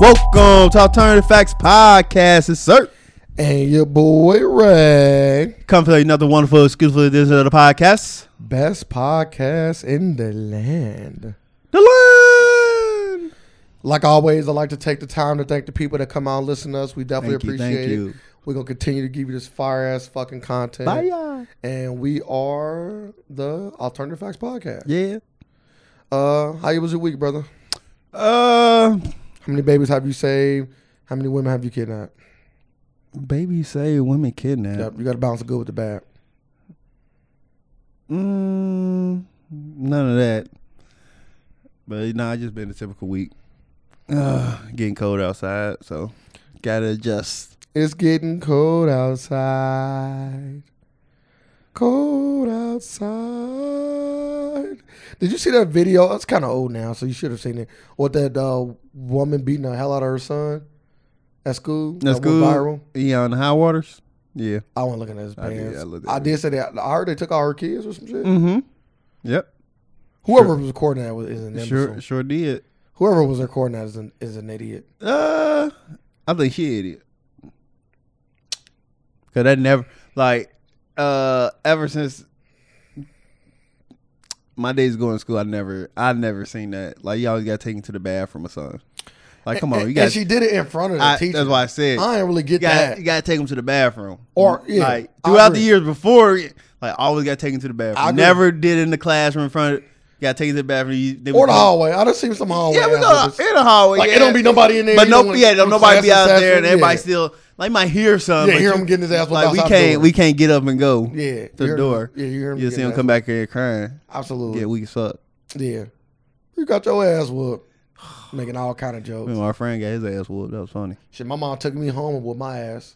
Welcome to Alternative Facts Podcast. It's Sir. And your boy Ray. Come for another wonderful, exclusive edition of the podcast. Best podcast in the land. The land. Like always, I'd like to take the time to thank the people that come out and listen to us. We definitely Thank you, appreciate thank it. you. We're gonna continue to give you this fire ass fucking content. Bye, y'all. And we are the Alternative Facts Podcast. Yeah. Uh how was your week, brother? Uh, How many babies have you saved? How many women have you kidnapped? baby, say women kidnapped. Yep, you gotta balance the good with the bad. Mm, none of that. But nah, it's just been a typical week. Uh, getting cold outside, so gotta adjust. It's getting cold outside. Cold outside. Did you see that video? Oh, It's kind of old now, so you should have seen it. With that uh, woman beating the hell out of her son at school. That's that went good. Viral. Yeah, on the high waters. Yeah. I wasn't looking at his I did- pants. I, I looked did, at it. say that. I heard they took all her kids or some shit. Mm-hmm. Yep. Whoever was recording that was, is an imbecile. Sure. Sure did. Whoever was recording that is an, is an idiot. Uh, I think she idiot. Cause that never like uh ever since my days going to school, I never I never seen that. Like you always got taken to the bathroom or something. Like come on, and, you and got. she did it in front of the I, teacher. that's why I said I didn't really you get got that. you got to take them to the bathroom. Or, yeah, like I throughout the agree. years before, like always got taken to the I bathroom. agree. Never did in the classroom in front. of Got taken to the bathroom. You, they or would the go- hallway. I done seen some hallway. Yeah, we go outfits. in the hallway. Like yeah. it don't be nobody in there. But you no, know, when- yeah, don't when nobody be class out is there, and happening, everybody yeah. still like might hear something. Yeah, but hear you- him getting his ass whooped Like we outside can't, the door. we can't get up and go. Yeah, you to the hear him- door. yeah, you hear him You getting see him his come ass Oh. back here crying. Get Absolutely. Yeah, weak as fuck. you got your ass whooped, making all kind of jokes. Remember, our friend got his ass whooped. That was funny. Shit, my mom took me home and whooped my ass.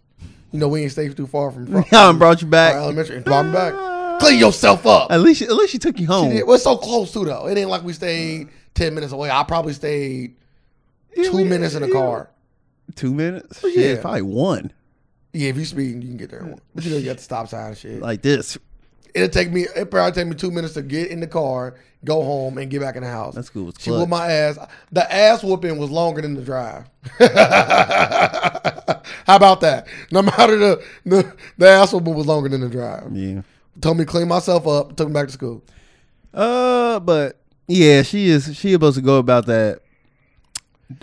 You know we ain't stay too far from from I brought you our back. elementary and brought me back. Clean yourself up. At least, at least she took you home. It was so close too though. It ain't like we stayed ten minutes away. I probably stayed Yeah, two we- minutes in the yeah. car. Oh, Two minutes? Yeah. Shit, probably one. Yeah, if you speed, you can get there. in one. But you know you got the stop sign and shit. Like this. It'll take me. It probably take me two minutes to get in the car, go home, and get back in the house. That school was She clutch. whooped my ass. The ass whooping was longer than the drive. How about that? No matter the, the the ass whooping was longer than the drive. Yeah. Told me to clean myself up. Took me back to school. Uh, but yeah, she is. She supposed to go about that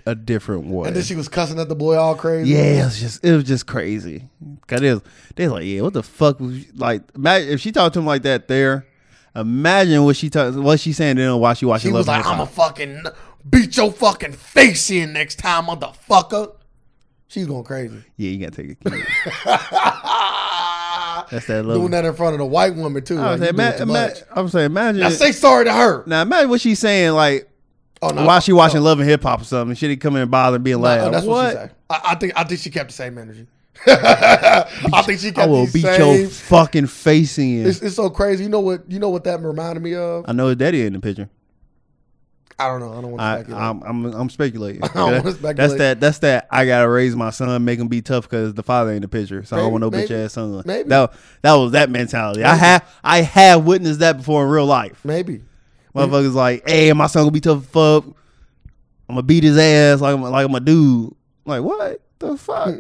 a different way. And then she was cussing at the boy all crazy. Yeah, it was just it was just crazy. Cause it was, they was like, yeah, what the fuck? Was you-" like, imagine if she talked to him like that there. Imagine what she talk, what she saying to him while she watching She Love was and like, Hip "I'm Hop. a fucking beat your fucking face in next time, motherfucker." She's going crazy. yeah, you gotta take it. That's That's that Doing love. that in front of the white woman too. I was saying, Like, you doing ima- too ima- much. I was saying, imagine Now say sorry to her. now imagine what she's saying like Oh while she watching Love and Hip Hop or something. She didn't come in and bother being like, Oh, that's what, what? she said. I, I think I think she kept the same energy. I think she kept I will the beat same. your fucking face in. it's, it's so crazy. You know what? You know what that reminded me of? I know his daddy in the picture. I don't know. I don't want to I, speculate. I'm, I'm I'm speculating. don't That- wanna that's speculate. that. That's that. I gotta raise my son, make him be tough because the father ain't the picture. So I don't Maybe- want no bitch maybe- ass son. maybe. That that was that mentality. I have I have witnessed that before in real life. Maybe. Motherfuckers like, hey, my son gonna be tough as fuck. I'm gonna beat his ass like I'm like I'm a dude. Like what the fuck?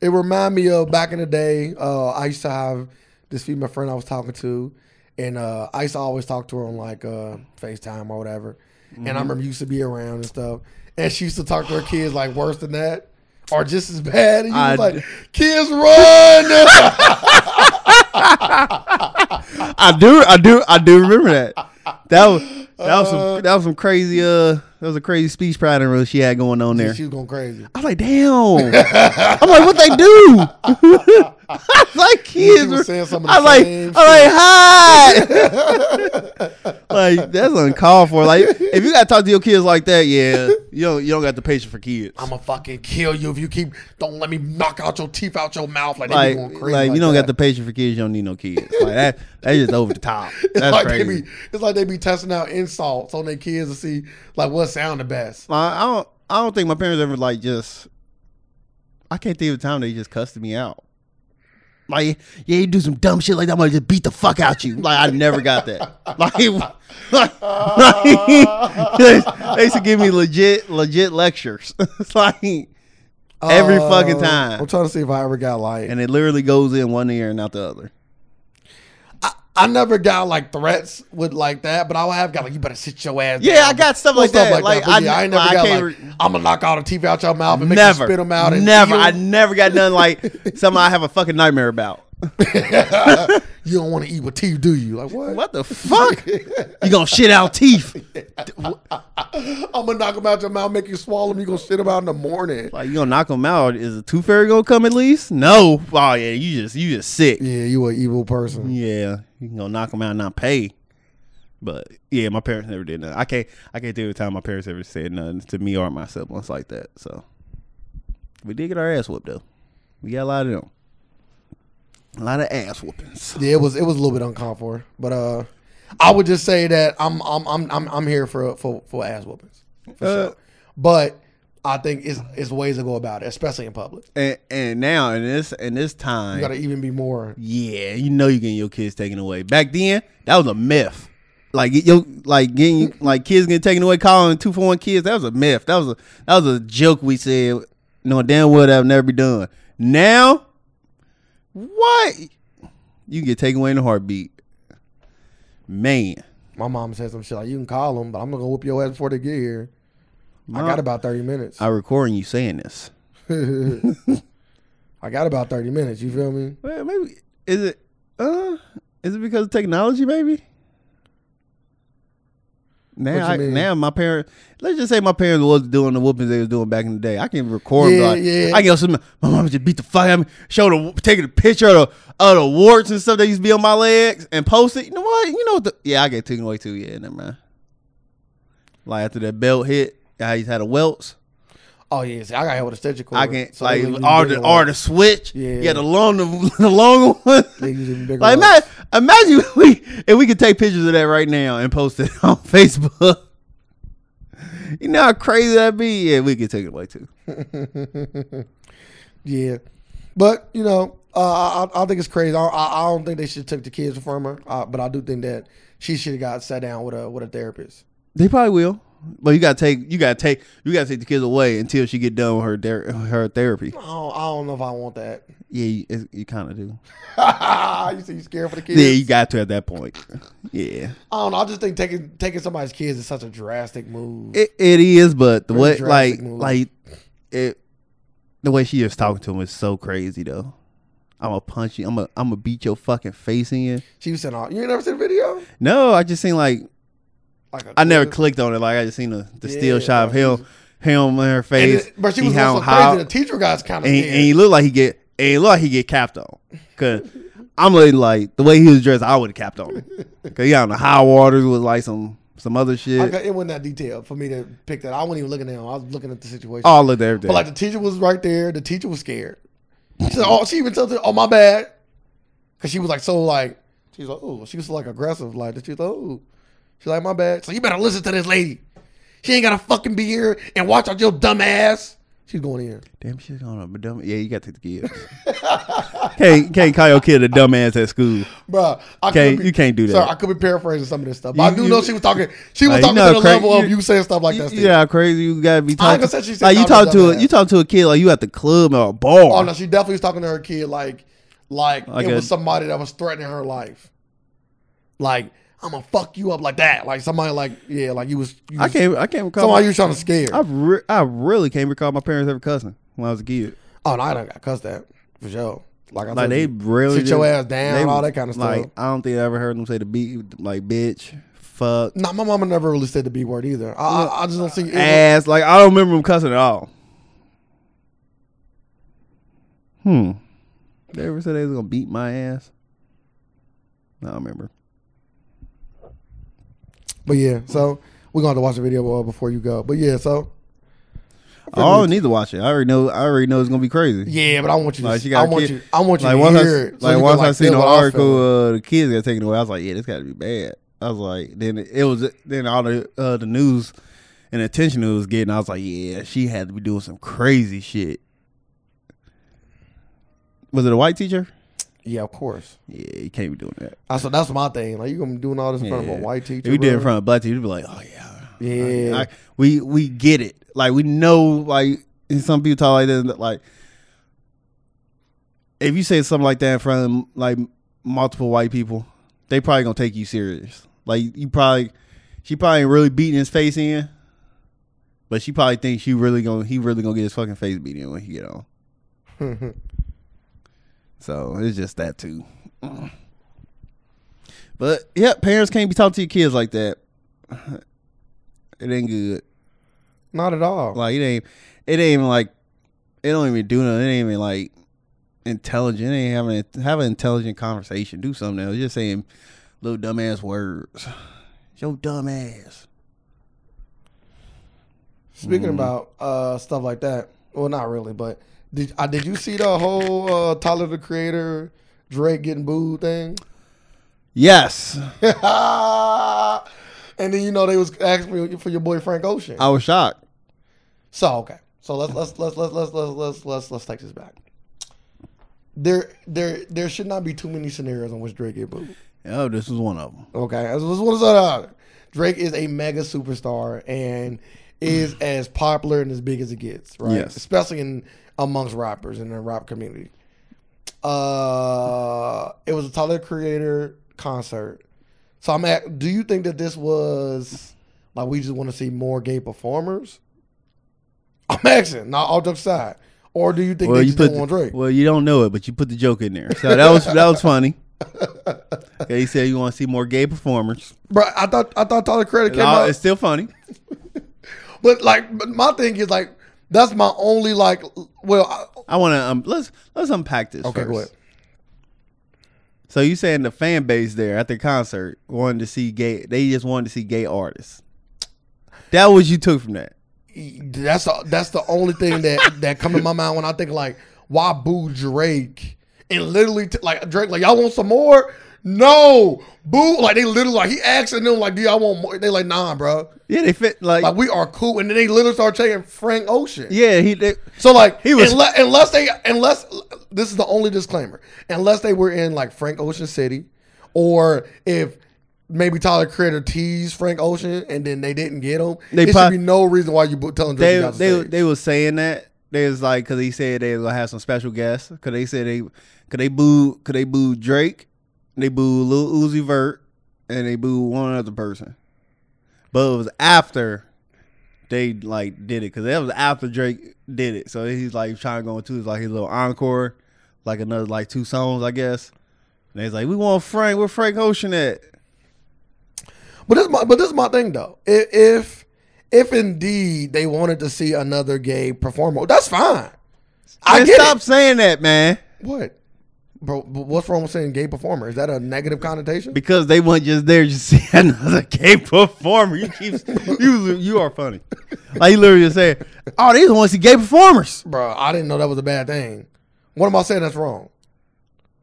It reminded me of back in the day. Uh, I used to have this female friend I was talking to, and uh, I used to always talk to her on like uh, FaceTime or whatever. And Mm-hmm. I remember used to be around and stuff. And she used to talk to her kids like worse than that, or just as bad. And you I- was like, "Kids, run!" I do I do I do remember that. That was that was some that was some crazy uh that was a crazy speech pattern she had going on there. she was going crazy. I was like, damn. I'm like, what they do? I was like kids. was were- saying some of the I was like, same I was like, hi. like that's uncalled for. Like if you gotta talk to your kids like that, yeah, you don't you don't got the patience for kids. I'm gonna fucking kill you if you keep. Don't let me knock out your teeth out your mouth like, they Like, be like, going crazy. you don't that. got the patience for kids. You don't need no kids. Like that. That's just over the top. It's That's like crazy. they be. It's like they be testing out insults on their kids to see like what sound the best. I I don't. I don't think my parents ever like just. I can't think of the time they just cussed me out. Like, yeah, you do some dumb shit like that, I'm gonna just beat the fuck out you. Like, I never got that. Like, like, like they, they used to give me legit, legit lectures. it's like every Uh, fucking I'm time, trying to see if I ever got like. and it literally goes in one ear and out the other. I never got like threats with like that, but I have got like you better sit your ass. Yeah, down. I got stuff Little like that. Like, but I yeah, I, ain't n- never I got can't like re- I'm gonna knock all the teeth out your mouth and make never, you spit them out. And never. You, I never got nothing like something I have a fucking nightmare about. you don't want to eat with teeth, do you? Like what? What the fuck? you gonna shit out teeth? I'm gonna knock them out your mouth, make you swallow them. You gonna shit them out in the morning. Like you gonna knock them out? Is the tooth fairy gonna come at least? No. Oh yeah, you just you just sick. Yeah, you an evil person. Yeah, you can go knock them out and not pay. But yeah, my parents never did nothing. I can't I can't think of a time my parents ever said nothing to me or my siblings like that. So we did get our ass whooped though. We got a lot of them. A lot of ass whoopings. Yeah, it was it was a little bit uncalled for, but uh, I would just say that I'm I'm I'm I'm, I'm here for for for ass whoopings for Uh, sure. But I think it's it's ways to go about it, especially in public. And and now in this in this time You gotta even be more. Yeah, you know you're getting your kids taken away. Back then, that was a myth. Like get your like getting like kids getting taken away, calling two for one kids. That was a myth. That was a that was a joke we said. No damn well that'll never be done. Now, what? You get taken away in a heartbeat, man. My mom said some shit like, "You can call them, but I'm gonna whoop your ass before they get here." I Mom. got about thirty minutes. I recording you saying this. I got about thirty minutes. You feel me? Well, maybe is it? Uh, is it because of technology? Maybe. What you Now, I, mean? now my parents. Let's just say my parents was doing the whoopings they was doing back in the day. I can record. Yeah, like, yeah. I can also, my mom just beat the fuck out of me. Show the taking a picture of the of the warts and stuff that used to be on my legs and post it. You know what? You know what? The, yeah, I get taken away too. Yeah, never mind. Like after that belt hit, I used had a welts. Oh yeah, see, I got hit with a stitch cord. I can so like they leave or the bigger or the ones. switch. Yeah. yeah the long the, the long one. They use even bigger Like ones. imagine, imagine if we if we could take pictures of that right now and post it on Facebook. You know how crazy that'd be? Yeah, we could take it away too. Yeah, but you know, uh, I, I think it's crazy. I, I, I don't think they should took the kids from her, uh, but I do think that she should have got sat down with a with a therapist. They probably will. But you gotta take you gotta take you gotta take the kids away until she get done with her ther- her therapy. I don't, I don't know if I want that. Yeah, you, it's- you kind of do. you see, you scared for the kids. Yeah, you got to at that point. Yeah, I don't know. I just think taking taking somebody's kids is such a drastic move. it, it is. But the Very way drastic like move. like it, the way she is talking to him is so crazy though. I'm gonna punch you. I'm gonna I'm gonna beat your fucking face in. she was saying, "Oh, you ain't never seen the video." No, I just seen like Like a I never clip. clicked on it. Like I just seen the, the Yeah, still shot of bro, him, him in her And face. it- but she was he how- going so how- crazy. The teacher guy's kind of and, scared. and he looked like he get, and he looked like he get capped on. Cause I'm like, like the way he was dressed, I would have capped on. him. Cause he on the high waters with like some some other shit. I got- it wasn't that detailed for me to pick that. I wasn't even looking at him. I was looking at the situation. All of that everything. But like the teacher was right there. The teacher was scared. She said, "Oh, she even told her, oh my bad," because she was like so like she was like oh she was like aggressive like she was like oh she's like my bad. So you better listen to this lady. She ain't gotta fucking be here and watch out your dumb ass. She's going in. Damn shit on a dumb. Yeah, you got to take the kids. can't can't call your kid a dumbass at school. Bruh, I Can't- could you can't do that. Sorry, I could be paraphrasing some of this stuff. But I You- do you- know she was talking. She Like, you was talking know, to the cra- level of you- you saying stuff like You, that. Steve. you know how crazy you gotta be I ain't talking. gonna say she said Like you call him talk a to a, dumbass. you talk to a kid like you at the club or a bar. Oh no, she definitely was talking to her kid like like Like it a- was somebody that was threatening her life. Like I'm gonna fuck you up like that. Like somebody like yeah, like you was. You I was- can't I can't recall. Somebody my- you was trying to scare. I re- I really can't recall my parents ever cussing when I was a kid. oh no, I done got cussed at for sure. Like I Like told they you. really sit your just- ass down, they- all that kind of stuff. Like I don't think I ever heard them say the beat like bitch, fuck, No, my mama never really said the b word either. I, I, I just don't see. It ass. Like I don't remember them cussing at all. Hmm. They ever said they was gonna beat my ass? No, I don't remember. but yeah, so we're gonna have to watch the video uh, before you go. But yeah, so Oh, I don't need to watch it. I already know. I already know it's gonna be crazy. yeah, but I want you. To, Like she I got. a want kid- you. I want you Like to once hear I, it. so like you can, once I feel seen the what I feel. article, uh, the kids got taken away. I was like, yeah, this got to be bad. I was like, then it, it was then all the uh, the news and attention it was getting. I was like, yeah, she had to be doing some crazy shit. Was it a white teacher? Yeah, of course. Yeah, you can't be doing that. I said that's my thing. Like you gonna be doing all this in front of Yeah. a white If teacher. you did it in bro? front of a black teacher, you'd be like, oh yeah, Yeah. Like, we we get it. Like we know. Like and some people talk like that. and that, Like if you say something like that in front of like multiple white people, they probably gonna take you serious. Like you probably, she probably ain't really beating his face in, but she probably thinks he really gonna he really gonna get his fucking face beat in when he get on. So it's just that too. But yeah, parents can't be talking to your kids like that. It ain't good. Not at all. Like it ain't. It ain't even like. It don't even do nothing. It ain't even like intelligent. It ain't having have an intelligent conversation. Do something else. Just saying little dumbass words. Yo, dumbass. mm. Speaking about uh, stuff like that, well, not really, but did uh, did you see the whole uh, Tyler the Creator Drake getting booed thing? Yes, and then you know they was asking for your, for your boy Frank Ocean. I was shocked. So okay, so let's let's let's let's let's let's let's let's let's take this back. There there there should not be too many scenarios in which Drake get booed. Oh, this was one of them. Okay, as as one as the other. Drake is a mega superstar and is as popular and as big as it gets, right? Yes. Especially in amongst rappers in the rap community. Uh, it was a Tyler the Creator concert, so I'm at. Do you think that this was like we just want to see more gay performers? I'm asking, not all jokes aside. Or do you think Well, they you just put don't want Drake? well, you don't know it, but you put the joke in there. So that was that was funny. Okay, he said you want to see more gay performers. Bro, I thought I thought Tyler the Creator It's, came all- out. it's still funny. But like, but my thing is like, that's my only like. Well, I, I want to um, let's let's unpack this. okay, first. go ahead. So you saying the fan base there at the concert wanted to see gay? They just wanted to see gay artists. That was you took from that. E, That's the, that's the only thing that that come to my mind when I think like, why boo Drake? And literally, t- like Drake, like y'all want some more? No, boo! Like they literally, like he asked and them, like, do y'all want more? They like, nah, bro. Yeah, they fit like, Like we are cool, and then they literally start taking Frank Ocean. yeah. He they, So like He was- unless, unless they unless this is the only disclaimer unless they were in like Frank Ocean City, or if maybe Tyler Creator teased Frank Ocean and then they didn't get him, They there prob- should be no reason why you bo- telling Drake they you got to they stage. they was saying that they was like because he said they was gonna have some special guests because they said they could they boo could they boo Drake, they boo Lil Uzi Vert, and they boo one other person. But it was after they like did it because that was after Drake did it. So he's like trying to go into his like his little encore, like another like two songs I guess. And he's like, we want Frank. Where Frank Ocean at? But this is my but this is my thing though. If, if if indeed they wanted to see another gay performer, that's fine. I Man, get stop it. saying that, man. What, bro? but What's wrong with saying gay performer? Is that a negative connotation? because they weren't just there just see another gay performer. You keep you you are funny. Like you literally just said, oh, they just want to see gay performers. bro. I didn't know that was a bad thing. What am I saying that's wrong?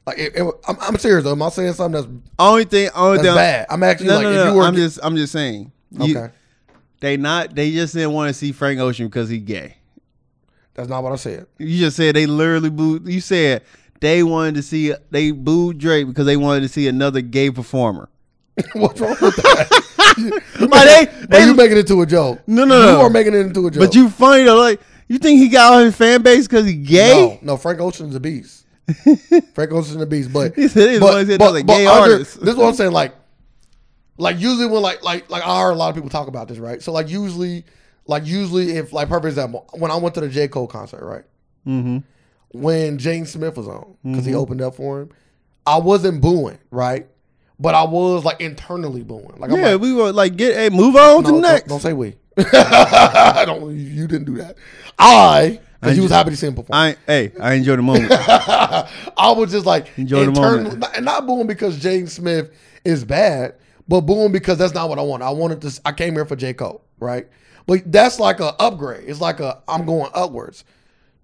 Like, it, it- I'm, I'm serious though. Am I saying something that's Only thing, only that's thing. bad? I'm actually No, like, no, if no. you were, I'm just, I'm just saying. You- okay, They not. They just didn't want to see Frank Ocean because he gay. that's not what I said. You just said they literally booed. You said they wanted to see they booed Drake because they wanted to see another gay performer. What's wrong with that? you, you Like, making- they- bro, they- you making it to a joke? No, no, you no. are making it into a joke. But you funny though. Like you think he got all his fan base because he gay? no, no. Frank Ocean's a beast. Frank Ocean's a beast, but He said he's but, always but, said but, another gay under- artist. This is what I'm saying. Like, like usually when like like like I heard a lot of people talk about this, right? So like usually, like usually if like perfect example, when I went to the J Cole concert, right? Mm-hmm. when James Smith was on because he opened up for him. I wasn't booing, right? But I was like internally booing. Like I'm Yeah, like, we were like, get hey, move on no, to don't, next. don't say we. don't you didn't do that. I because you was happy to see him perform. I hey, I enjoy the moment. I was just like Enjoy the moment. not- and not booing because James Smith is bad, but booing because that's not what I want. I wanted to. s- I came here for J Cole, right? But that's like a upgrade. It's like a I'm going upwards.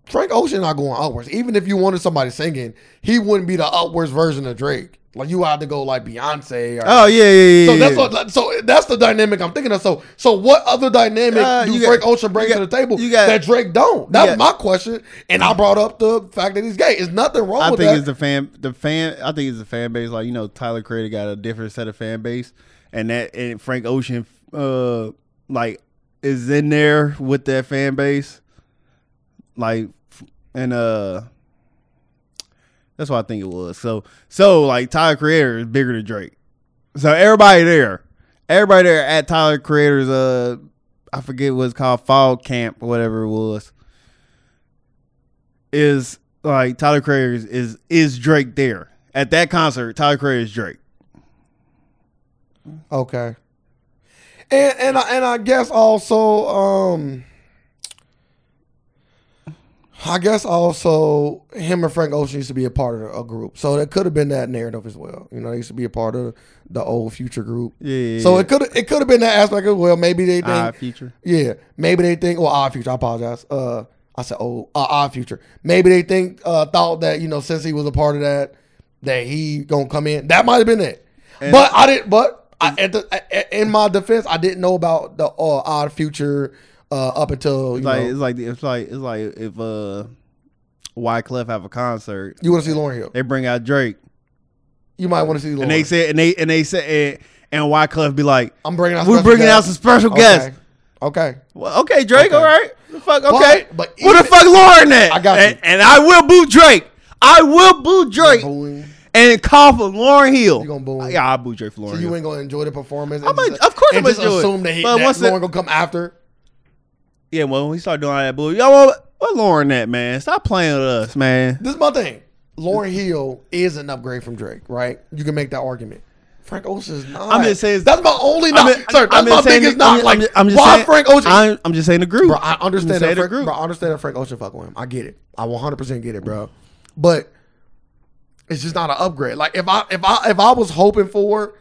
Frank Ocean not going upwards. Even if you wanted somebody singing, he wouldn't be the upwards version of Drake. Like you have to go like Beyonce. Or, Oh yeah, yeah, yeah. So yeah, that's yeah. what. So that's the dynamic I'm thinking of. So so what other dynamic Uh, do you got- Frank Ocean bring you to got- the table you got- that Drake don't? That's got- my question. And I brought up the fact that he's gay. There's nothing wrong I with think that. it's the fan, the fan. I think it's the fan base. Like you know, Tyler Creator got a different set of fan base, and that and Frank Ocean, uh, like is in there with that fan base, like, and uh, that's what I think it was. So so like Tyler Creator is bigger than Drake. So everybody there, everybody there at Tyler Creator's uh, I forget what it's called, Fall Camp, or whatever it was, is like Tyler Creator is is, is Drake there at that concert? Tyler Creator is Drake. Okay. And and I, and I guess also um I guess also him and Frank Ocean used to be a part of a group. So that could have been that narrative as well. You know, they used to be a part of the old future group. Yeah, yeah, So yeah. it could it could have been that aspect as well. Maybe they think Odd Future. Yeah. Maybe they think well odd future, I apologize. Uh I said oh uh, odd future. Maybe they think uh thought that, you know, since he was a part of that, that he gonna come in. That might have been it. but I didn't but I, at the, a- in my defense, I didn't know about the uh, odd future uh, up until you It's like know it's like it's like it's like if uh, Wyclef have a concert, you want to see Lauren Hill. they bring out Drake, You might want to see Lauren. and they said and they and they said and, and Wyclef be like, I'm bringing out. "We're special bringing out guests." some special okay. guests." Okay. Well, okay, Drake. All right. The Fuck. Okay. But- but Where the even- fuck Lauren at? I got you. And, and I will boo Drake. I will boo Drake Booing. and call for Lauren Hill. You gonna boo him? Yeah, I boo Drake for Lauren So Hill. you ain't gonna enjoy the performance. I and might- just- of course and I'ma just enjoy it. assume that, he, But that once it- Lauren gonna come after. Yeah, well, when we start doing all that bull, y'all, want- what Lauren that man? Stop playing with us, man. This is my thing. Lauren Hill is an upgrade from Drake, right? You can make that argument. Frank Ocean is not. I'm just saying- that's my only knock, ju- sir. That's I'm my just saying biggest the- I'm knock. ju- like, I'm ju- I'm just why saying- Frank Ocean? I'm, I'm just saying the group. bro, I understand saying that the Frank, group. bro, I understand that Frank Ocean fuck with him. I get it. I 100 percent get it, bro. But it's just not an upgrade. Like if I if I if I was hoping for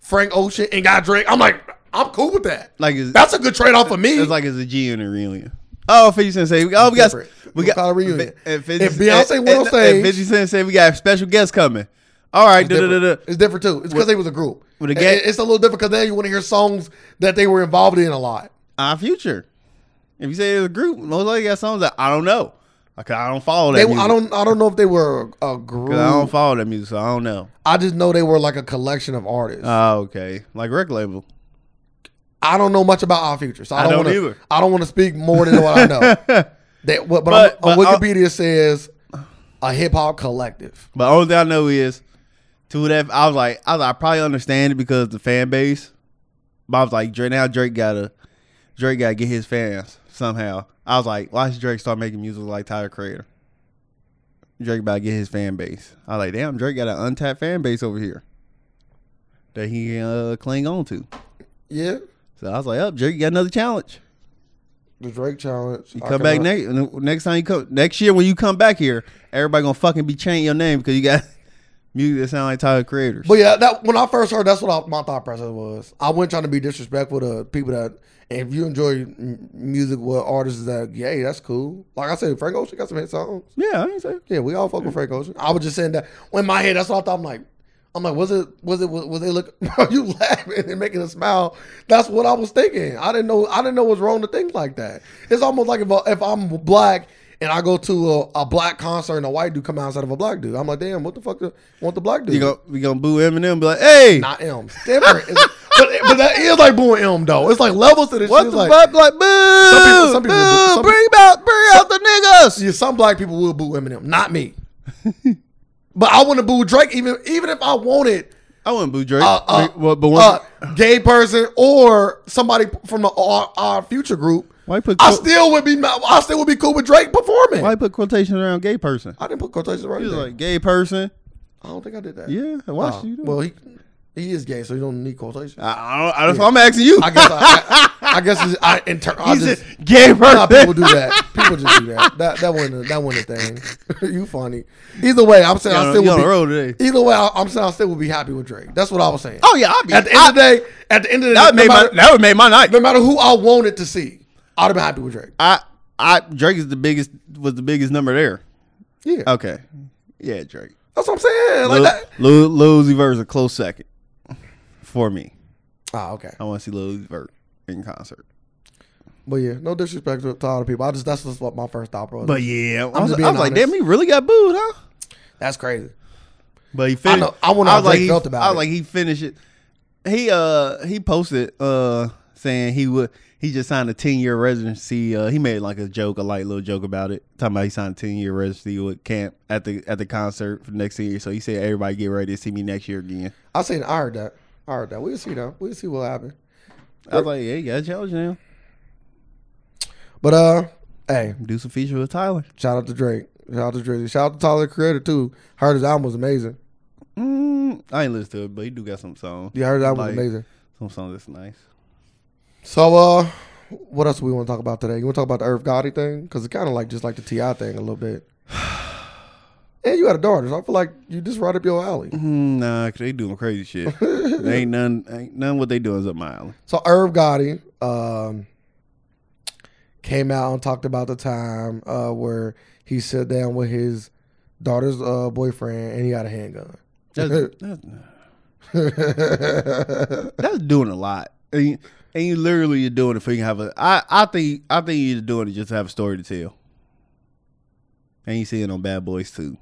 Frank Ocean and got Drake, I'm like I'm cool with that. Like it's, That's a good trade off for me. it's like it's a G unit reunion. Oh, 50 Cent say, oh, we got, Different. we We got, call it reunion. And If Beyonce went on and- stage- and 50 Cent say we got special guests coming. All right, duh, duh, duh, duh. different. It's different too. It's because they was a group. with the It- gang- it's a little different because now you want to hear songs that they were involved in a lot. our future. If you say it's a group, most likely got songs that I don't know. Like, I don't follow that They, music. I don't, I don't know if they were a, a group. 'Cause I don't follow that music, so I don't know. I just know they were like a collection of artists. Oh, okay. Like Rick Label. I don't know much about our future, so I I don't, don't wanna, either. I don't want to speak more than what I know. that, what, but, But- on, on but uh, I- Wikipedia says a hip hop collective. But only thing I know is to that I was like I was like, I probably understand it because the fan base. But I was like Drake now Drake gotta Drake gotta get his fans somehow. I was like, why should Drake start making music like Tyler Creator? Drake about to get his fan base. I was like, damn, Drake got an untapped fan base over here that he can uh, cling on to. Yeah, So I was like, up, Drake got another challenge. the Drake challenge. You come back next next time you come next year when you come back here, everybody gonna fucking be chanting your name because you got music that sound like Tyler Creator. But yeah, that when I first heard, that's what I, my thought process was. I wasn't trying to be disrespectful to people that. If you enjoy m- music with artists that, yeah, that's cool. Like I said, Frank Ocean got some hit songs. Yeah, I ain't say. Yeah, we all fuck with Frank Ocean. I was just saying that. Well, in my head, that's what I thought. I'm like, I'm like, was it, was it, was, was they look? Bro, you laughing and making a smile. That's what I was thinking. I didn't know, I didn't know what's wrong to think like that. It's almost like if, I, if I'm black and I go to a, a black concert and a white dude come outside of a black dude, I'm like, damn, what the fuck? the- Want the black dude? You go, we gonna boo Eminem and be like, hey, not Elm. Different. It's- but, but that is like booing Elm though. It's like levels to this. what shit. the It's like, fuck? Like, boo! people- some people boo, boo- some bring out, bring out the niggas. Yeah, some black people will boo Eminem, not me. but I want to boo Drake, even even if I wanted I wouldn't boo Drake. uh, uh, but, but one, a gay person or somebody from the our, our future group. why you put I quote- still would be mad- I still would be cool with Drake performing. why you put quotations around gay person? I didn't put quotations right He there. was like gay person. I don't think I did that. Yeah, why Uh, should you do? well, he he is gay, so he don't need quotations. I, I, I don't. I, that's why I'm asking you. guess I, I, I guess it's, I, inter- I He's just a gay Nah, people person. do that. People just do that. That that wasn't a, that wasn't a thing. you funny. Either way, I'm saying I You still on the would road today? be. Either way, I, I'm saying I still would be happy with Drake. That's what I was saying. Oh yeah, I'll be. at the end I, of the day, at the end of the that would day, make no my matter, that would make my night. no matter who I wanted to see, I'd have been happy with Drake. I I Drake is the biggest was the biggest number there. Yeah, Okay, yeah, Drake. That's what I'm saying. Like Lil, that. Lil, Lil Uzi Vert's a close second for me. Oh, okay. I want to see Lil Uzi Vert in concert. But yeah, no disrespect to to other people. I just that's just what my first thought was. But yeah, I was, I'm just I was being like, honest. damn, he really got booed, huh? that's crazy. But he finished. know- I wonder how was like, Drake he, felt about I was it. like, he finished it. He uh he posted uh saying he would he just signed a ten year residency. Uh, he made like a joke, a light little joke about it, talking about he signed a ten year residency with camp at the at the concert for next year. So he said, everybody get ready to see me next year again. I seen. I heard that. I heard that. We'll see though. We'll see what happens. I was like, yeah, you got a challenge now. But uh, hey, Do some features with Tyler. shout out to Drake. Shout out to Drake. Shout out to Tyler the Creator too. Heard his album was amazing. Mm, I ain't listen to it, but he do got some songs. Yeah, heard his album Like- was amazing. Some songs that's nice. So uh, what else we want to talk about today? You want to talk about the Earth Gotti thing? Because it's kind of like just like the Ti thing a little bit. and you had a daughter, so I feel like you just right up your alley. Mm, nah, 'cause they doing crazy shit. they ain't none ain't none what they doing is up my alley. So Irv Gotti um, came out and talked about the time uh, where he sat down with his daughter's uh, boyfriend and he got a handgun. That's, that's that's doing a lot. And you, and you literally are doing it for you can have a. I I think I think you're doing it just to have a story to tell. And you see it on Bad Boys too.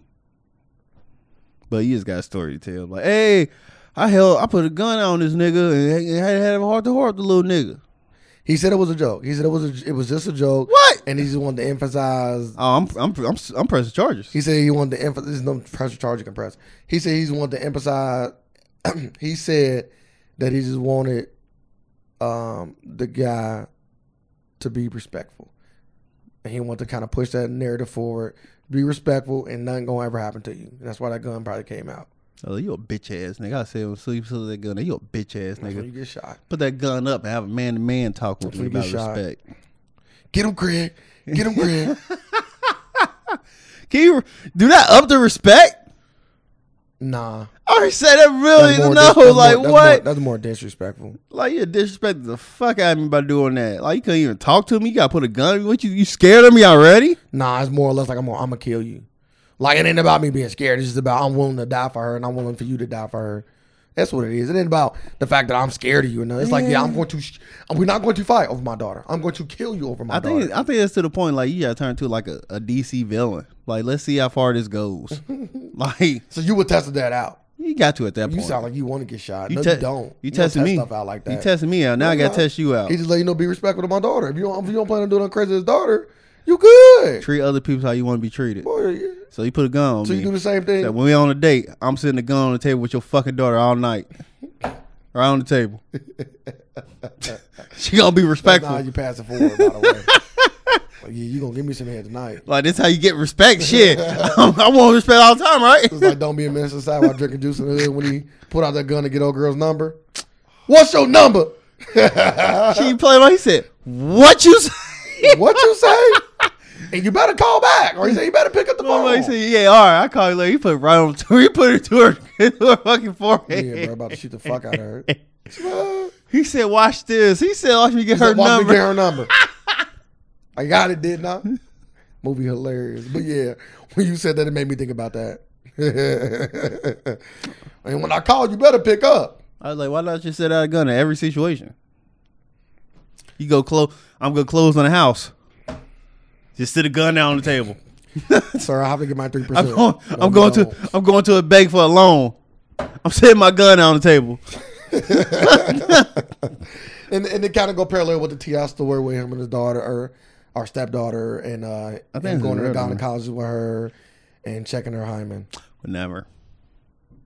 But you just got a story to tell. Like, hey, I held I put a gun on this nigga and I had, had a heart to heart with the little nigga. he said it was a joke. He said it was a, it was just a joke. What? And he just wanted to emphasize. Oh, I'm I'm I'm, I'm pressing charges. He said he wanted to emphasize. This is no pressure charge you can press. He said he just wanted to emphasize. he said that he just wanted um, the guy to be respectful. And he wanted to kind of push that narrative forward. Be respectful, and nothing gonna ever happen to you. And that's why that gun probably came out. Oh, you a bitch ass nigga. I said, so you that gun. You a bitch ass That's when nigga. you get shot. Put that gun up and have a man to man talk with That's me when you about get shot. respect. Get him, Craig. Get him, Craig. Can you do that up to respect? nah. I already said that That's really no. more dis- that's like more- that's what? more- that's more disrespectful. like you disrespected the fuck out of me by doing that. Like you couldn't even talk to me. You got to put a gun. What you? You scared of me already? Nah, it's more or less like I'm gonna, I'm gonna kill you. Like it ain't about me being scared. It's just about I'm willing to die for her and I'm willing for you to die for her. That's what it is. It ain't about the fact that I'm scared of you. or nothing. it's like yeah, I'm going to. Sh- we're not going to fight over my daughter. I'm going to kill you over my I daughter. think I think that's to the point. Like you got to turn to like a, a DC villain. Like let's see how far this goes. like so you were testing that out. you got to at that You point. sound like you want to get shot. You no, te- you don't. You don't testing test me? stuff out like that. You testing me out. Now I you're got to not. test you out. he just let you know be respectful to my daughter. If you don't, if you don't plan on doing nothing crazy to his daughter, you good. Treat other people how you want to be treated. Boy, yeah. So you put a gun on So me. you do the same thing. That when we on a date, I'm sitting a gun on the table with your fucking daughter all night. Right on the table. she gonna be Nah, respectful. you pass it forward. By the way, Like, yeah, you gonna give me some head tonight. Like this how you get respect. Shit. I want respect all the time, right? It's like don't be a menace inside while drinking juice in the hood when he put out that gun to get old girl's number. What's your number? She played like he said, What you say? What you say? and you better call back. Or he said you better pick up the phone. Like he said, yeah, all right, I call you later. He put it right on he put it to her, to her fucking forehead. yeah, bro, about to shoot the fuck out of her. He said, Watch this. He said, Watch me get her Her Why number. number. her number? I got it, didn't I? Movie hilarious. But yeah, when you said that, it made me think about that. and when I called, you better pick up. I was like, why not just set out a gun in every situation? You go close. I'm gonna close on the house. Just sit a gun down on the table. Sir, I have to get my 3%. I'm going. No, I'm going no. to. I'm going to a bank for a loan. I'm setting my gun down on the table. and and it kind of go parallel with the Ti story with him and his daughter or our stepdaughter and uh think and it's going to real, the Ghana man. colleges with her and checking her hymen, Would never.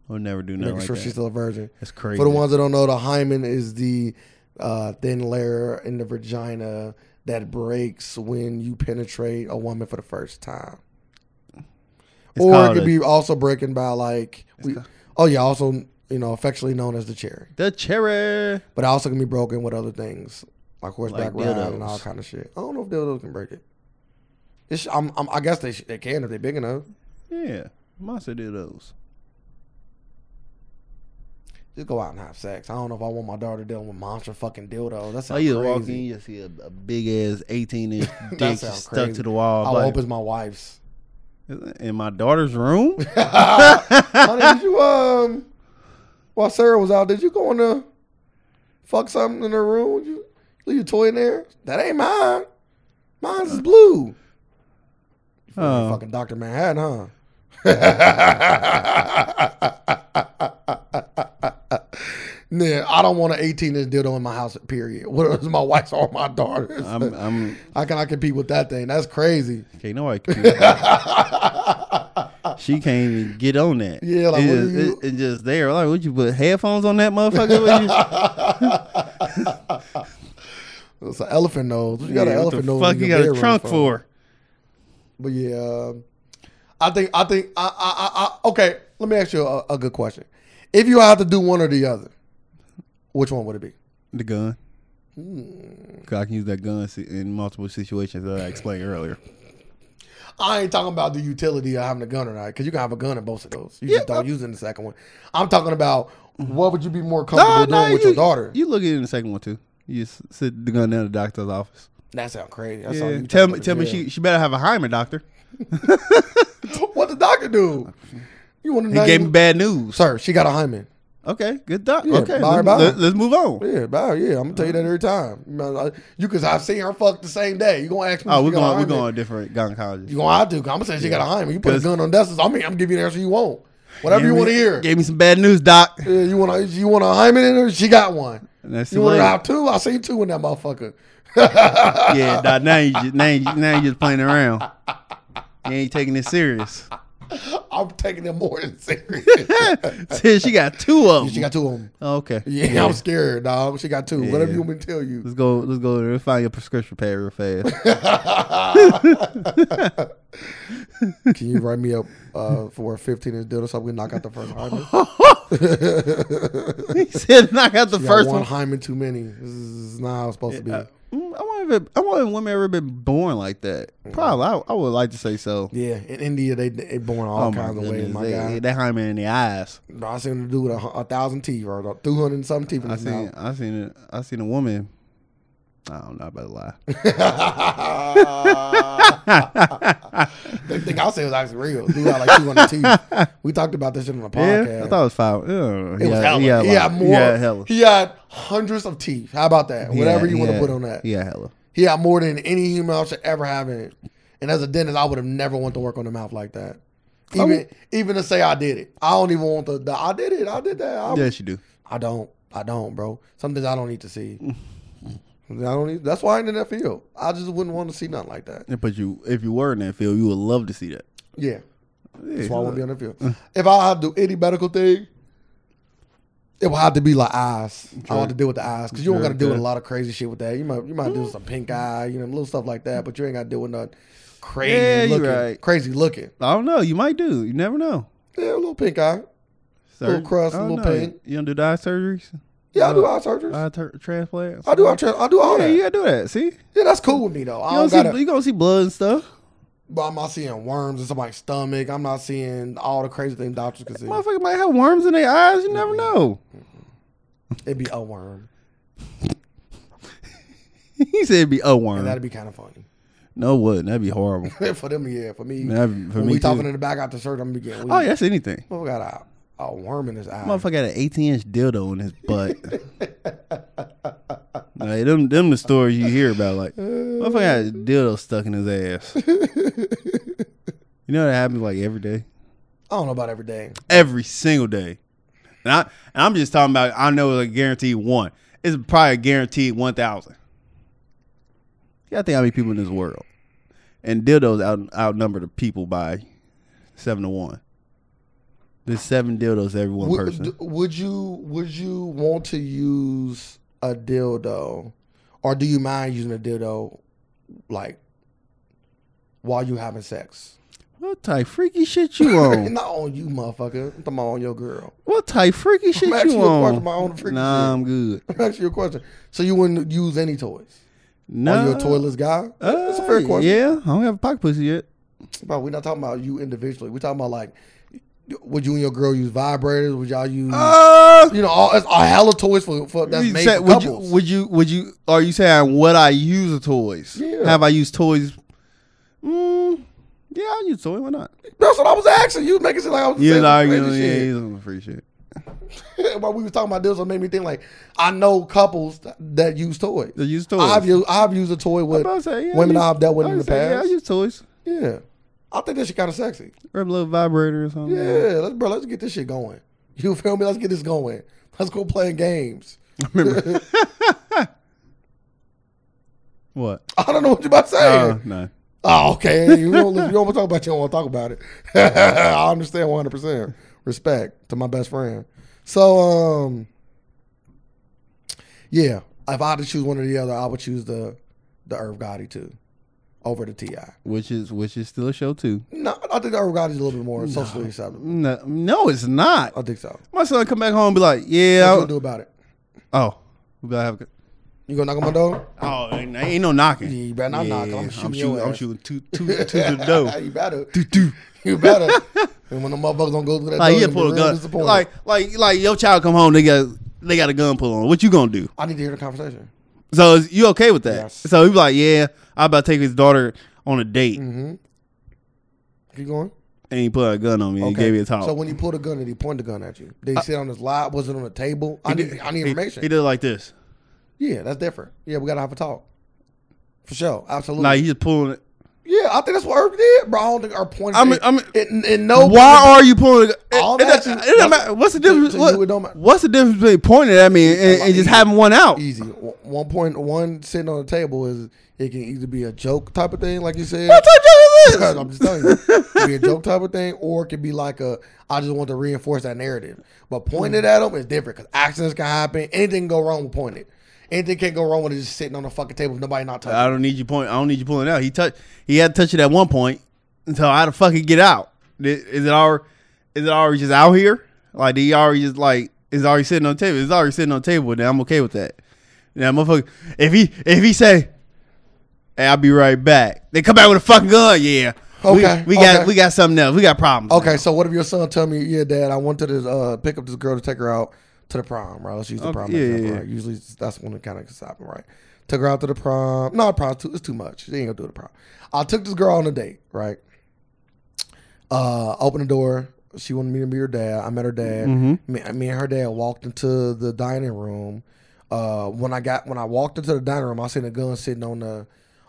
Would never do nothing making like sure that. she's still a virgin. That's crazy. For the ones that don't know, the hymen is the uh, thin layer in the vagina that breaks when you penetrate a woman for the first time. It's or it called could a- be also breaking by like we, oh yeah, also you know affectionately known as the cherry, the cherry. but it also can be broken with other things like horseback Like ride and all dildos. kind of shit. I don't know if dildos can break it. It's, I'm, I'm, I guess they sh- they can if they're big enough. Yeah, monster did those. Just go out and have sex. I don't know if I want my daughter dealing with monster fucking dildos. That's Oh, you crazy. walk in, you just see a, a big ass 18 inch That dick sounds stuck crazy. to the wall. I Like, hope it's my wife's. in my daughter's room. Honey, did you um while Sarah was out, did you go in there fuck something in her room? Did you leave your toy in there? That ain't mine. Mine's is blue. You Oh. Fucking Dr. Manhattan, huh? Nah, I don't want an 18 inch dildo in my house, period. Whether it's my wife's or my daughter's. I'm, I'm How can I compete with that thing? That's crazy. okay. No, I can't. she can't even get on that. Yeah, like, it what just, do you- it- it just there. Like, would you put headphones on that motherfucker? What you- It's an elephant nose. You got Yeah, an what elephant the nose. fuck in you your got a bedroom trunk for? But yeah, um, I think I think I, I, I, I okay. Let me ask you a, a good question. If you had to do one or the other, which one would it be? The gun. Hmm. 'Cause I can use that gun si- in multiple situations that I explained earlier. I ain't talking about the utility of having a gun or not, because you can have a gun in both of those. You just don't use it in the second one. I'm talking about what would you be more comfortable doing with you, your daughter? You look at it in the second one too. You just sit the gun down at the doctor's office. that sounds crazy. That's all Yeah. you Tell talking me, tell me, about, she she better have a Heimer doctor. yeah. what the doctor do? You want to He know? gave me bad news. Sir, she got a hymen. Okay, good doc. Yeah, okay, bye, let, bye. Let, us move on. Yeah, bye. Yeah, I'm gonna tell you that every time. You know, like, You, because I've seen her fuck the same day. You gonna ask me? Oh, if we're she got going. a We're hymen. going different gynecologist. You gonna have to. 'cause I'm gonna say she got a hymen. You put a 'Cause- gun on Dustin's. I mean, I'm giving you the answer you want. Whatever Gave you me- want to hear. Gave me some bad news, doc. Yeah, you want to you want a hymen in her? She got one. And that's You too want late. to have two? I seen two in that motherfucker. Yeah, doc. Now you just now you, now you just playing around. You ain't taking this serious. I'm taking them more than serious. See, she got two of them. Oh, she got two of them. okay. Yeah, I'm scared, dog. She got two. Whatever you want me to tell you. Let's go. Let's go. Let's find your prescription pad real fast. Can you write me up uh, for a 15 inch dildo so we knock out the first he hymen? said, "Knock out the You got first one one." hymen too many. This is not how it's supposed to be. Uh, mm, I wonder if it- I wonder if women ever been born like that. Probably. I, I would like to say so. Mm. yeah, in India they they born all Oh my kinds of ways. goodness, My they, guy. they hide me in the eyes. Bro, I seen a dude with a, hu- a thousand teeth or two hundred and something teeth in I his seen. mouth. I seen. it. I seen a woman. I don't know about to lie. Uh, They think I said it was actually real. Dude had like two hundred teeth. We talked about this shit on the podcast. yeah, I thought it was five. Yeah, it was hella. Yeah, he had more. Yeah, hella. He had hundreds of teeth. How about that? Whatever Yeah, you want to yeah. put on that. Yeah, hella. He had more than any human else should ever have in it. And as a dentist, I would have never want to work on the mouth like that. Even even to say I did it, I don't even want the, the I did it. I did that. I, Yes, you do. I don't. I don't, bro. Some things I don't need to see. I don't need. That's why I ain't in that field. I just wouldn't want to see nothing like that. Yeah, But you, if you were in that field, you would love to see that. Yeah, Yeah, that's why I wouldn't be on that field. If I had to do any medical thing, it would have to be like eyes. I have to deal with the eyes because you don't got to deal with a lot of crazy shit with that. You might you might Mm. deal with some pink eye, you know, little stuff like that. But you ain't got to deal with nothing crazy Yeah, you looking. right. Crazy looking. I don't know. You might do. You never know. Yeah, a little pink eye. Little crust, I don't little know. pain. You don't do the eye surgeries, Yeah, I do eye surgeries. eye tur- transplants. I do eye. Tra- I do all Uh, Yeah, that. you Yeah. gotta do that. See, you that's cool with me though. I gonna don't see, got to. you gonna see blood and stuff. But I'm not seeing worms in somebody's stomach. I'm not seeing all the crazy things doctors can see. Motherfucker might have worms in their eyes. You never know. It'd be a worm. he said it'd be a worm. And that'd be kind of funny. no, it wouldn't. That'd be horrible. for them, yeah. For me, That'd be- for when me we talking too. in the back after surgery, I'm gonna be getting weak. Oh, yeah, that's anything. Motherfucker got a, a worm in his eye. Motherfucker got an 18 inch dildo in his butt. like, them, them the stories you hear about. Like, motherfucker got a dildo stuck in his ass. you know that happens like every day, I don't know about every day. every single day. And I, and I'm just talking about. I know it's a guaranteed one. It's probably a guaranteed 1,000. You gotta think how many people in this world, and dildos out outnumber the people by seven to one. There's seven dildos every one Would, person. d- would you would you want to use a dildo, or do you mind using a dildo, like while you having sex? What type freaky shit you on? Not on you, motherfucker. I'm talking about on your girl. what type freaky shit asking you you a on? question about own freaky nah, shit. I'm good. Let me ask you a question. So you wouldn't use any toys? No, Are Oh, you a toyless guy? That's a fair Uh, question. Mm. Yeah, I don't have a pocket pussy yet. But we're not talking about you individually. We're talking about like, would you and your girl use vibrators? Would y'all use, Uh, you know, all, it's a hella toys for, for that's you made said- for would you couples? would you would you are you saying what I use the toys? Yeah. Have I used toys? Mm, Yeah, I use toy. Why not? That's what I was asking. You was making it like I was You was saying arguing. some crazy Yeah, shit. he's on the free shit. While we were talking about this, it made me think like I know couples th- that use toys. They use toys. I've used I've used a toy with But I say, yeah, I women use- I've dealt with I in the say, Yeah, I past. use toys. Yeah, I think that shit kind of sexy. Rub a little vibrator or something. Yeah, let's bro, let's get this shit going. You feel me? Let's get this going. Let's go playing games. I remember. what? I don't know what you about to say. Oh, no. Oh, okay. You don't, you don't want to talk about it, you don't want to talk about it. I understand 100%. Respect to my best friend. So, um, yeah, if I had to choose one or the other, I would choose the the Irv Gotti too over the Ti. Which is which is still a show too. No, I think the Irv Gotti's a little bit more socially acceptable. No, no, it's not. I think so. My son come back home and be like, What you yeah. gonna do about it? I, oh, we better have. A, You gonna knock on my door? oh, ain't, ain't no knocking. Yeah, you better not knock. I'm shooting I'm your shooting. I'm ass. shooting two, two, two to the door. you better. Do, do. You better. and when the motherfuckers don't go through that Like door, he you pull a gun. disappointed. Like like like your child come home. They got they got a gun pull on. What you gonna do? I need to hear the conversation. So is you okay with that? Yes. So he was like, yeah, I'm about to take his daughter on a date, Mm-hmm. Keep going. and he put a gun on me and Okay. gave me a talk. Uh, So when he pulled a gun, did he point the gun at you? Did he sit on his lap? Was it on the table? I need, I need he, information. He did it like this. yeah, that's different. Yeah, we gotta have a talk. For sure, absolutely. Like he's pulling it. yeah, I think that's what Irv did, bro. I don't think Irv pointed. I mean- it- I mean- it, it, no. Why are you pulling? It, it, All it, that doesn't- to- it doesn't that's- matter. What's the to- difference? to what- you, it don't matter. what's the difference between pointing at me and, and just having one out? easy? O- One point one sitting on the table is it can either be a joke type of thing, like you said. What type of joke is I'm just telling you, it can be a joke type of thing, or it could be like a I just want to reinforce that narrative. But pointed at them is different because accidents can happen. Anything can go wrong with pointed. Anything can't go wrong with it just sitting on the fucking table with nobody not touching. I don't need you point. I don't need you pulling out. He touched. He had to touch it at one point. And so how to fucking get out? Is is it already? Is it already just out here? Like did he already just like is already sitting on the table? It's already sitting on the table. Then I'm okay with that. Now motherfucker, if he if he say, "Hey, I'll be right back," they come back with a fucking gun. Yeah. We- Okay, We, got okay. we got something else. We got problems. now. Okay, so what if your son tell me, yeah, dad, I went to this uh, pick up this girl to take her out to the prom, right? Let's use the Okay, prom yeah, example, yeah, yeah. right? Usually that's when it kind of happen, right? Took her out to the prom. No, prom too, it's too much. She ain't gonna do the prom. I took this girl on a date, right? Uh, opened the door. She wanted me to meet her dad. I met her dad. Mm-hmm. Me, me and her dad walked into the dining room. Uh, when I got when I walked into the dining room, I seen a gun sitting on the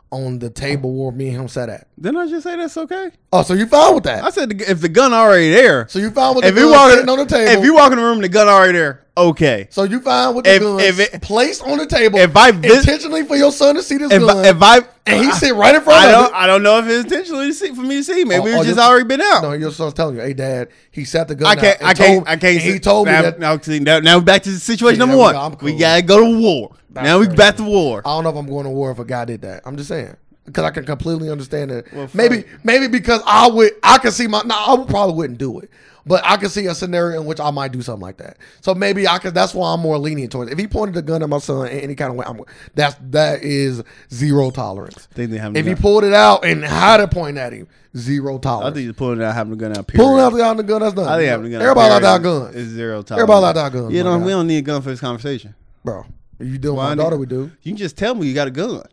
on the table where me and him sat at. Didn't I just say that's okay? Oh, so you fine with that? I said the, if the gun already there. So you fine with the if gun you walk sitting on the table? if you walk in the room, the gun already there. Okay. So you find with the If- guns if it- placed on the table If I vis- intentionally for your son to see this If gun, I, if I and he sit right in front I of don't. it. I don't know if it's intentionally to see, for me to see. Maybe Oh, it's oh, just you're- already been out. No, your son's telling you, hey dad, he sat the gun. I can't. out I and can't. told- I can't. and He sit- told me now, that. Now, see, now, now we're back to the situation Yeah, number there we one. go. I'm We cool. gotta go to war. That's now we crazy. Uh, back to war. I don't know if I'm going to war if a guy did that. I'm just saying because I can completely understand that. Well, fuck. maybe, maybe because I would, I can see my. No, I would probably wouldn't do it, but I can see a scenario in which I might do something like that. So maybe I could. That's why I'm more lenient towards. It. If he pointed a gun at my son in any kind of way, I'm. That's that is zero tolerance. Think they having If a he gun. pulled it out and had it point at him, zero I tolerance. think he's pulling it out having a gun out. Period. Pulling out the, out the gun, that's nothing. I think having a gun. out Everybody out there period guns, Is zero tolerance. Everybody out there guns, You my know, guy. we don't need a gun for this conversation. bro. If you doing Why my do- daughter, we do. You can just tell me you got a gun.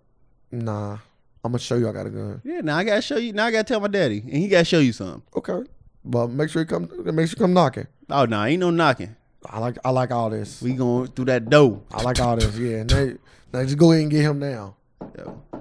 Nah, I'm gonna show you I got a gun. Yeah. Now I gotta show you. Now I gotta tell my daddy, and he gotta show you something. Okay, but make sure you come. Make sure you come knocking. Oh no, ain't no knocking. I like I like all this. We going through that door. I like all this. Yeah, now, now just go ahead and get him now. Yeah,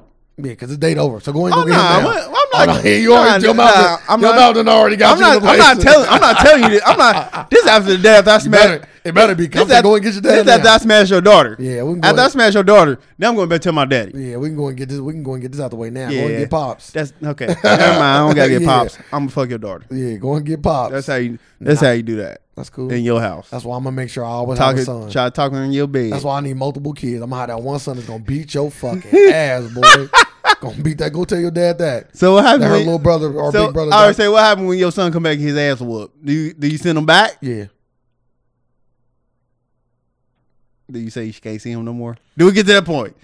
because it's date over. So go ahead Oh, and go nah, get him I'm now. not- I'm not- oh, no, yeah, you already nah, your mouth. nah, I'm your not- mouth done already got I'm you. in not. the I'm not place. telling. I'm not telling you this. I'm not. This after the day after I smash. better- it better be This comfy. after- Go and get your dad This after now. I smash your daughter. Yeah, we can go After I and- smash your daughter, then I'm going back to tell my daddy. Yeah, we can go and get this. We can go and get this out the way now. Go and Yeah. get pops. That's okay. Never mind. I don't gotta get Yeah. pops. I'm gonna fuck your daughter. yeah, go and get pops. That's That's, how you. That's how you do that cool. in your house. That's why I'm gonna make sure I always have a Talking, son. try talking in your bed. That's why I need multiple kids. I'm gonna have that one son that's gonna beat your fucking ass, boy. gonna beat that. Go tell your dad that. so what That happened? her When, little brother or so big brother. I always died. say, what happened when your son come back and his ass whooped? Do you do you send him back? yeah. Do you say you can't see him no more? Do we get to that point?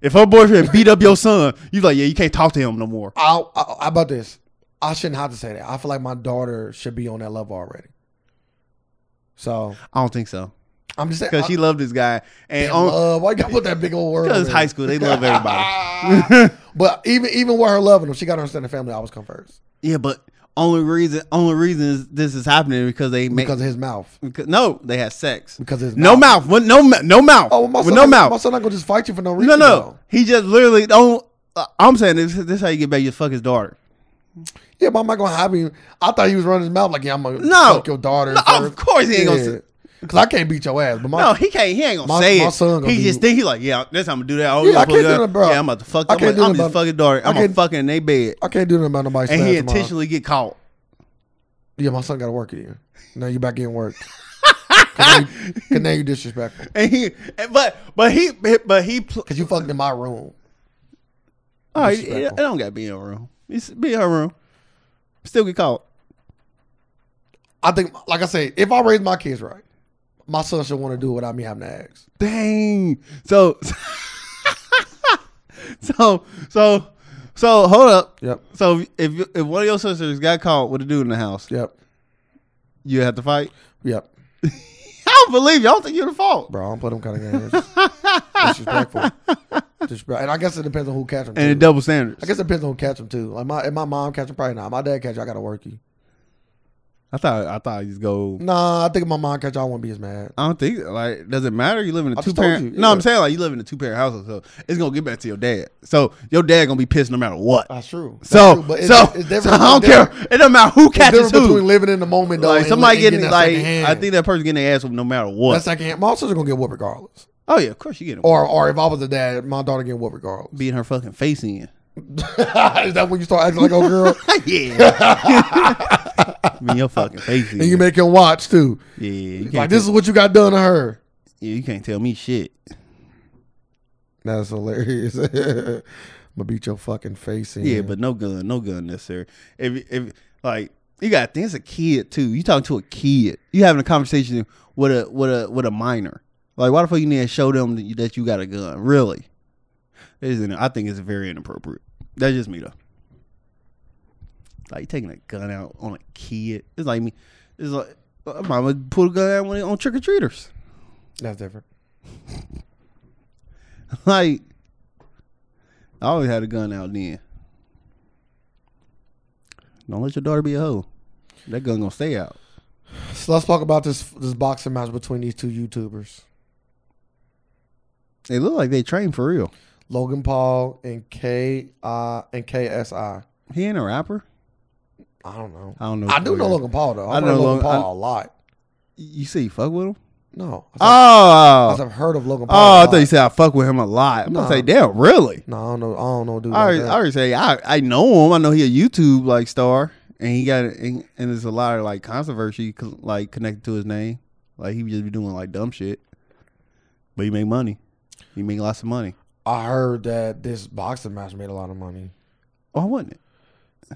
If her boyfriend beat up your son, you like, yeah, you can't talk to him no more. I, I, how about this? I shouldn't have to say that. I feel like my daughter should be on that level already. So I don't think so I'm just saying. because she loved this guy and I, on uh, why you gotta put that big old word? because on high there? school they love everybody. But even even with her loving him, she got to understand the family always come first Yeah, but only reason only reason is this is happening because they make because of his mouth. because- no they had sex Because of his no mouth with no ma- no mouth Oh, well, my with son, no not- mouth My son not gonna just fight you for no reason. no though. no he just literally don't. Uh, I'm saying this this is how you get back your fuck his daughter. Yeah, but I'm not gonna have him. I thought he was running his mouth like, yeah, I'm gonna No. fuck your daughter. No, of course he ain't gonna say- Because I can't beat your ass. But my No, he can't. He ain't gonna my- say my it. son gonna he be- just think he like, yeah, this time I'm gonna do that. Oh, Yeah, I I'm gonna can't fuck do her. that, bro. Yeah, I'm about to fuck. I I'm, can't gonna, do I'm that, just bro. fucking daughter. I I'm gonna can't- fucking in their bed, I can't do nothing about nobody's and fast he tomorrow. intentionally get caught. Yeah, my son got to work here. Now you back in work. Cause now you- 'cause now you disrespectful. And he, and- but but he but he. Pl- Cause you fucked in my room. all right, it, it disrespectful. don't gotta be in her room. It's be in her room. Still get caught. I think, like I say, if I raise my kids right, my son should want to do it without me having to ask. Dang. So so so so hold up. Yep. So if you- if one of your sisters got caught with a dude in the house, Yep. you have to fight. Yep. I don't believe you. I don't think you're the fault. Bro, I don't play them kind of games. disrespectful. Disrespect. And I guess it depends on who catch them. And it too. double standards. I guess it depends on who catch them too. Like my if my mom catch them, probably not. My dad catch you, I gotta work you. I thought I thought you just go. Nah, I think if my mom catch you, I won't be as mad. I don't think like does it matter? You live in a I two just told parent. you, No, I'm yeah. saying like you live in a two parent household, so it's gonna get back to your dad. So your dad gonna be pissed no matter what. That's true. Uh, That's so true, but it's, so, it's so different. I don't it's different. care. It don't matter who It's catches different between who. living in the moment though. Like and- somebody and getting, that like secondhand. I think that person getting their ass whooped no matter what. That's like hand. My sister's gonna get whooped regardless. oh yeah, of course you get Or or if I was a dad, my daughter getting whooped regardless. beating her fucking face in. Is that when you start acting like a girl? yeah. Beating your fucking face in. And you make him watch too. yeah, you can't Like tell, this is what you got done to her. yeah, you can't tell me shit. That's hilarious. I'm gonna beat your fucking face in. Yeah, but no gun, no gun necessary. If if like you got this a kid too. You talking to a kid. You having a conversation with a with a with a minor. Like why the fuck you need to show them that you, that you got a gun? Really? It isn't. I think it's very inappropriate. That's just me though. Like taking a gun out on a kid. It's like me. It's like my mama put a gun out when they- on trick or treaters. that's different. like I always had a gun out then. Don't let your daughter be a hoe. That gun gonna stay out. So let's talk about this this boxing match between these two YouTubers, They look like they trained for real. Logan Paul and K I and KSI. He ain't a rapper. I don't know. I don't know. I do know Logan Paul though. I I've know heard of Logan Logan- I- Paul a lot. You say you fuck with him? No, I've, Oh, I've heard of Logan oh! Paul. I a thought you lot. said I fuck with him a lot. I'm gonna Nah. say, damn, really? No, I don't know. I don't know, dude. I like already, that. I already say I, I know him. I know he a YouTube like star, and he got and, and there's a lot of like controversy co- like connected to his name. Like he just be doing like dumb shit, but he make money. He make lots of money. I heard that this boxing match made a lot of money. Why wouldn't it?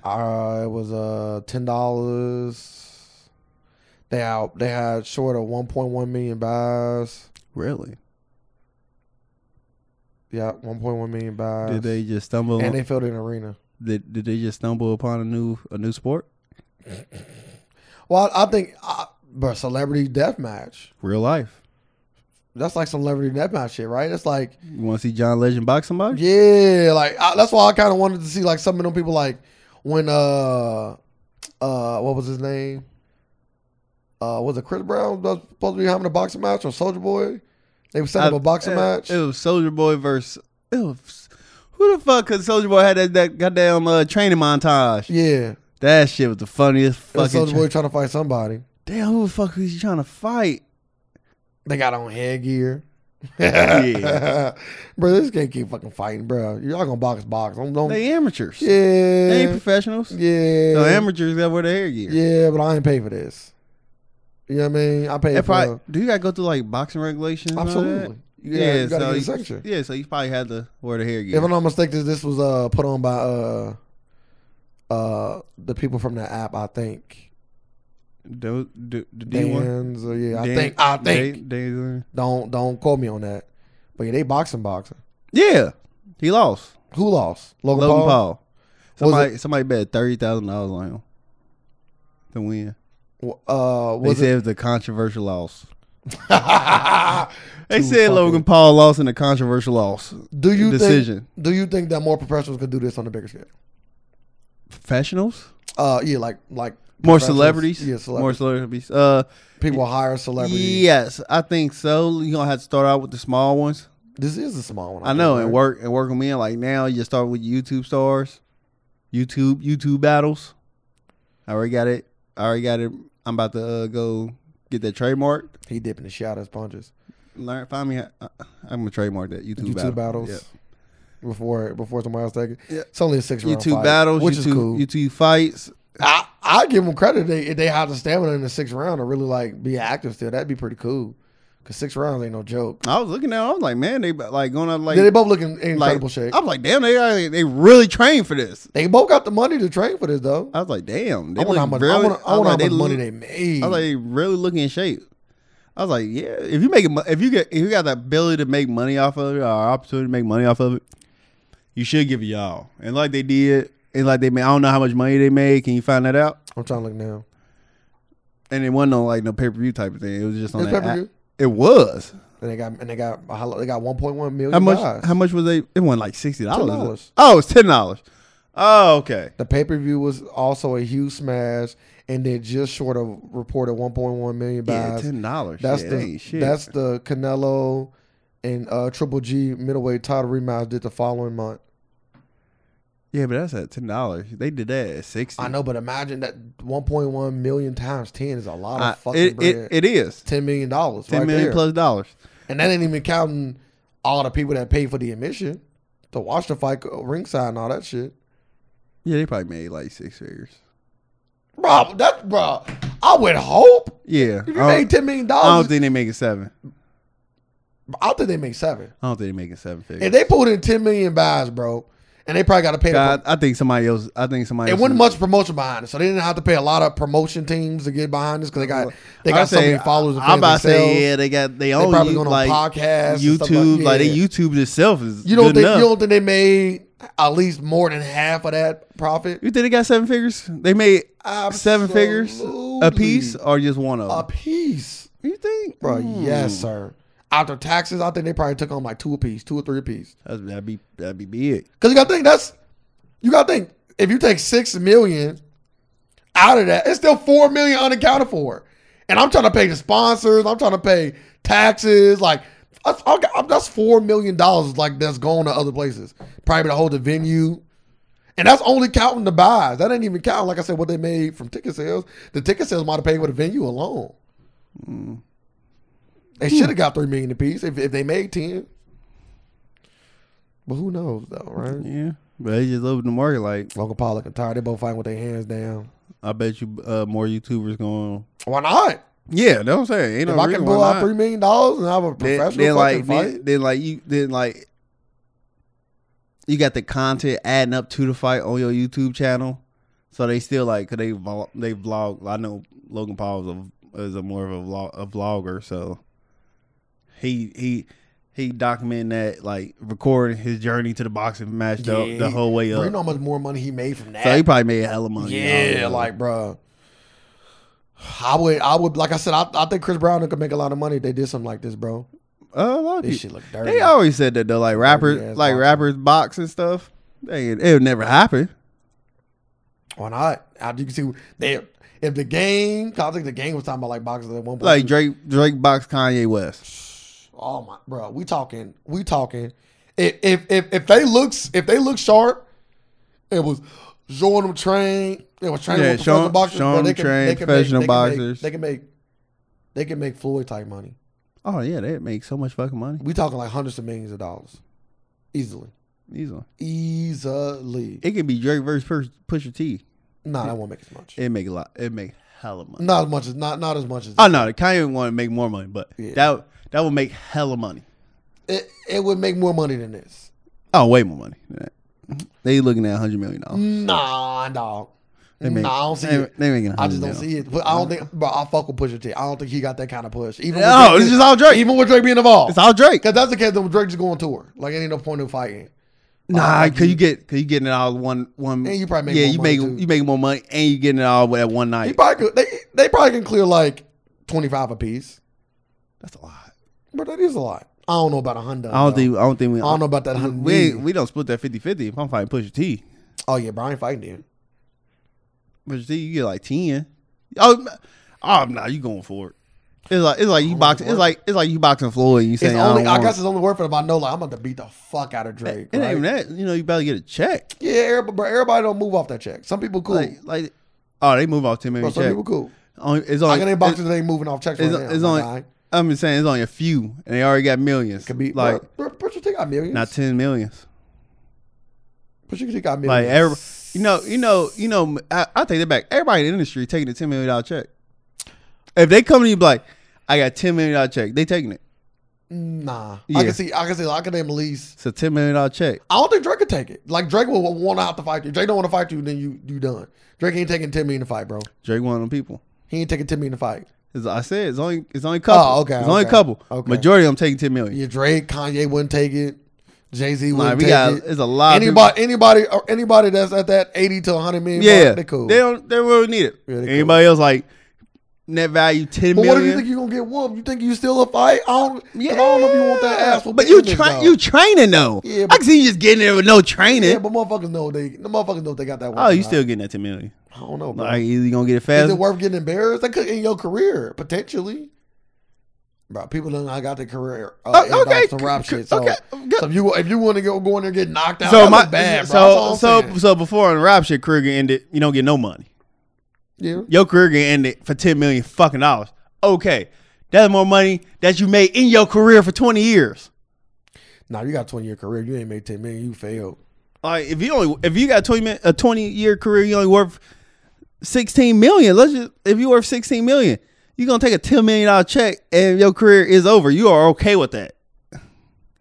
Uh, it was uh ten dollars. They out. They had short of one point one million buys. Really? Yeah, one point one million buys. Did they just stumble? and they filled an arena. did, did they just stumble upon a new a new sport? Well, I, I think, uh, but celebrity death match. Real life. That's like celebrity death match shit, right? It's like, You want to see John Legend box somebody? yeah, like I, that's why I kind of wanted to see like some of them people, like when uh, uh, what was his name? Uh, was it Chris Brown was supposed to be having a boxing match or Soldier Boy? They were setting up I- a boxing it- match. Uh, It was Soldier Boy versus. It was, who the fuck? Cause Soldier Boy had that, that goddamn uh, training montage. yeah, That shit was the funniest fucking. Soldier Tra- Boy trying to fight somebody. Damn, who the fuck was you trying to fight? They got on headgear. Yeah. bro, this can't keep fucking fighting, bro. Y'all gonna box box? Don't, don't They amateurs. Yeah. They ain't professionals. yeah. The amateurs that wear the hair gear. yeah, but I ain't pay for this. You know what I mean? I paid They for probably- do you gotta go through like boxing regulations? and all that? Absolutely. You Yeah, gotta- you gotta so get a you- section. yeah, so you probably had to wear the hair gear. If I'm not mistaken, this was uh put on by uh uh the people from that app, I think. Do, do, do D1? Dan's, uh, yeah, I Dan- think I Dan- think. Dan- Don't don't quote me on that. But yeah, they boxing boxing. yeah, he lost. Who lost? Logan, Logan Paul. Paul? Somebody, somebody bet thirty thousand dollars on him to win. Uh They was said uh, it it was a controversial loss. They Too said fucking- Logan Paul lost in a controversial loss. Do you Decision. Think, do you think that more professionals could do this on a bigger scale? Professionals, Uh, yeah, like like more professionals. celebrities, Yeah, more celebrities. celebrities. Uh, People hire celebrities. yes, I think so. You gonna have to start out with the small ones. This is a small one. I know, and think, right? work and work with me. Like now, you start with YouTube stars, YouTube YouTube battles. I already got it. I already got it. I'm about to uh, go get that trademark. He dipping the shot as punches. Learn, find me. how- I, I'm gonna trademark that YouTube, YouTube battle. battles. Yeah. Before before somebody else take it, Yeah. it's only a six round YouTube fight, battles, which YouTube, is cool. YouTube fights. I I give them credit. They if they have the stamina in the sixth round to really like be active still. That'd be pretty cool. Cause six rounds ain't no joke. I was looking at. It, I was like, man, they about- like going out like Yeah, they both looking in like. incredible shape. I was like, damn, they are- they really trained for this. They both got the money to train for this though. I was like, damn, they I wonder how look much. really. I wonder, I was wonder like, how much they money look- they made. I was like, they really looking in shape. I was like, yeah, if you make it, mo- if you get, if you got the ability to make money off of it, or opportunity to make money off of it, you should give it y'all. And like they did, and like they made, I don't know how much money they made. Can you find that out? I'm trying to look now. And it wasn't on like no pay per view type of thing. It was just on It's that. pay-per-view? app. It was. And they got and they got a hol- they got 1.1 million. How much? buys. How much was they? It wasn't like sixty $10. dollars. Oh, it's ten dollars. Oh, okay. The pay per view was also a huge smash, and they just short of reported 1.1 million Yeah, buys. ten dollars. that's yeah, that the ain't shit. that's the Canelo and uh, Triple G middleweight title rematch did the following month. yeah, but that's at ten dollars. They did that at sixty. I know, but imagine that 1.1 million times 10 is a lot of I- fucking it, bread. it, it is Ten million dollars, ten million plus dollars. and that ain't even counting all the people that paid for the admission to watch the fight, uh, ringside, and all that shit. Yeah, they probably made like six figures. Bro, that bro, I would hope Yeah, if you I, made don't, ten million I don't dollars, think they make it seven. I think they make seven. I don't think they make it seven figures. If they pulled in ten million buys, bro, and they probably got to pay. the God, I think somebody else. I think somebody. It else wasn't much promotion behind it, so they didn't have to pay a lot of promotion teams to get behind this because they got they I got so say- many followers. And I'm fans about to say themselves. yeah, they got they They own probably you- going like on podcasts, and stuff YouTube. Like, yeah. they YouTube itself is. You don't good think enough. you don't think they made at least more than half of that profit? You think they got seven figures? They made seven figures a piece, Absolutely. or just one of them? A piece, you think, bro. Hmm. Yes, sir. After taxes, I think they probably took on like two a piece, two or three a piece. That's- that'd be that'd be big. Because you got to think that's you got to think if you take six million out of that, it's still four million unaccounted for. And I'm trying to pay the sponsors. I'm trying to pay taxes. Like that's, I got- that's four million dollars. Like that's going to other places, probably to hold the venue. And that's only counting the buys. That ain't even counting, like I said, what they made from ticket sales. The ticket sales might have paid with the venue alone. They should have got three million apiece if, if they made ten. But who knows though, right? Yeah, but they just opened the market. Like Logan Paul looking tired. They both fighting with their hands down. I bet you uh, more YouTubers going. Why not? Yeah, that's what I'm saying. Ain't If no I reason can why blow out not. three million dollars and have a professional then, then like fucking fight, then, then like you then like you got the content adding up to the fight on your YouTube channel, so they still like cause they vlog, they vlog. I know Logan Paul is a is a more of a vlog, a vlogger, so he he he documenting that like recording his journey to the boxing match the, Yeah, the he- whole way bro, you up. know how much more money he made from that. So he probably made a hell of money. yeah, off of it. like bro. I would, I would, like I said, I, I think Chris Brown could make a lot of money if they did something like this, bro. Uh, a lot of This people- shit look They dirty. always said that though, like rappers, ass like boxing. rappers box and stuff. They, it would never happen. Why not? As you can see, they if the game, 'cause I think the game was talking about like boxers at one point. Like Drake, Drake box Kanye West. Oh my, bro, we talking, we talking. If if if, if they looks, if they look sharp, it was showing them train. It was training Yeah, with professional showing- boxers. bro, showing they them can, train they can professional make, they can make- boxers. they can make, they can make Floyd type money. Oh yeah, they make so much fucking money We talking like hundreds of millions of dollars, easily, easily. easily. It could be Drake versus Pus- Pusha T. nah, that won't make as much. It make a lot. It make hella money. not as much as not not as much as Oh no, Kanye want to make more money, but Yeah. that that would make hella money. it. It would make more money than this. Oh, way more money. Than that. They looking at hundred million dollars. Nah, dog. They make- nah, I don't see they- it. they making I just don't 100 see it. But I don't think. But I fuck with Pusha T. I don't think he got that kind of push. Even No, with Oh, it's just all Drake. Even with Drake being involved, It's all Drake. Because that's the case. Then Drake just going on tour. Like it ain't no point in fighting. Nah, cause you get cause you getting it all one one. And you probably make yeah more you money, make too. you make more money and you getting it all at one He night. probably could, they they probably can clear like twenty five a piece. That's a lot. But that is a lot. I don't know about a Honda. I don't think. I don't think we. I don't know about that Honda. We We, we don't split that 50-50 If I'm fighting Pusha T, oh yeah, Brian fighting you. Pusha T, you get like ten. Oh, m- oh no, you going for it? It's like it's like you boxing. It's like it's like you boxing Floyd. And you It's saying only. I, I don't want, guess it's only worth it if I know like I'm about to beat the fuck out of Drake. it right? ain't even that. You know, you better get a check. Yeah, everybody, bro, everybody don't move off that check. Some people cool. Like like, oh, they move off ten bro, million some check. people cool. Only- It's I only. got any it's- boxers that ain't moving off checks right It's, now. it's my only. guy. I'm just saying, it's only a few, and they already got millions. could be like like, bro, bro, but you think I got millions? not ten millions. but you think I got Like millions? every, you know, you know, you know. I, I take that back. Everybody in the industry taking a ten million dollar check. If they come to you be like, I got ten million dollar check, they taking it. nah, I Yeah. can see. I can see. I can name at least. It's a ten million dollar check. I don't think Drake could take it. Like Drake will want to have to fight you. Drake don't want to fight you, then you you done. Drake ain't taking ten million to fight, bro. Drake one of them people. He ain't taking ten million to fight. As I said, it's only it's only a couple. Oh, okay, It's only a okay, couple. okay. Majority of them taking ten million. Yeah, Drake, Kanye wouldn't take it. Jay Z Like, wouldn't we take got it. it's a lot. of people- Anybody, anybody, or anybody that's at that eighty to hundred million, yeah, mark, they cool. They don't. They really need it. Yeah, they cool. Anybody else like net value ten million? But what if you think you're gonna get whooped? You think you still a fight? I don't. Yeah. I don't know if you want that ass. But whooping you in this train dog. you training though. Yeah, I but- can see you just getting there with no training. Yeah, but motherfuckers know they. The motherfuckers know if they got that. oh, weapon you or still getting that ten million. not. I don't know. Bro. Like either you gonna get it Is fast. it worth getting embarrassed? That could end your career potentially. Bro, people done I got their career. Uh, Oh, okay, okay. Some rap c- shit. So, okay, good. so if you if you want to go go in there and get knocked out, so that my look bad, bro. That's all so so I'm saying. so before an rap shit career get ended, you don't get no money. yeah. Your career get ended for ten million fucking dollars. Okay, that's more money that you made in your career for twenty years. Nah, you got a 20 year career. You ain't made 10 million. You failed. Like if you only if you got twenty min- a twenty year career, you only worth sixteen million. Let's just if you worth sixteen million, you're gonna take a ten million dollar check and your career is over. You are okay with that.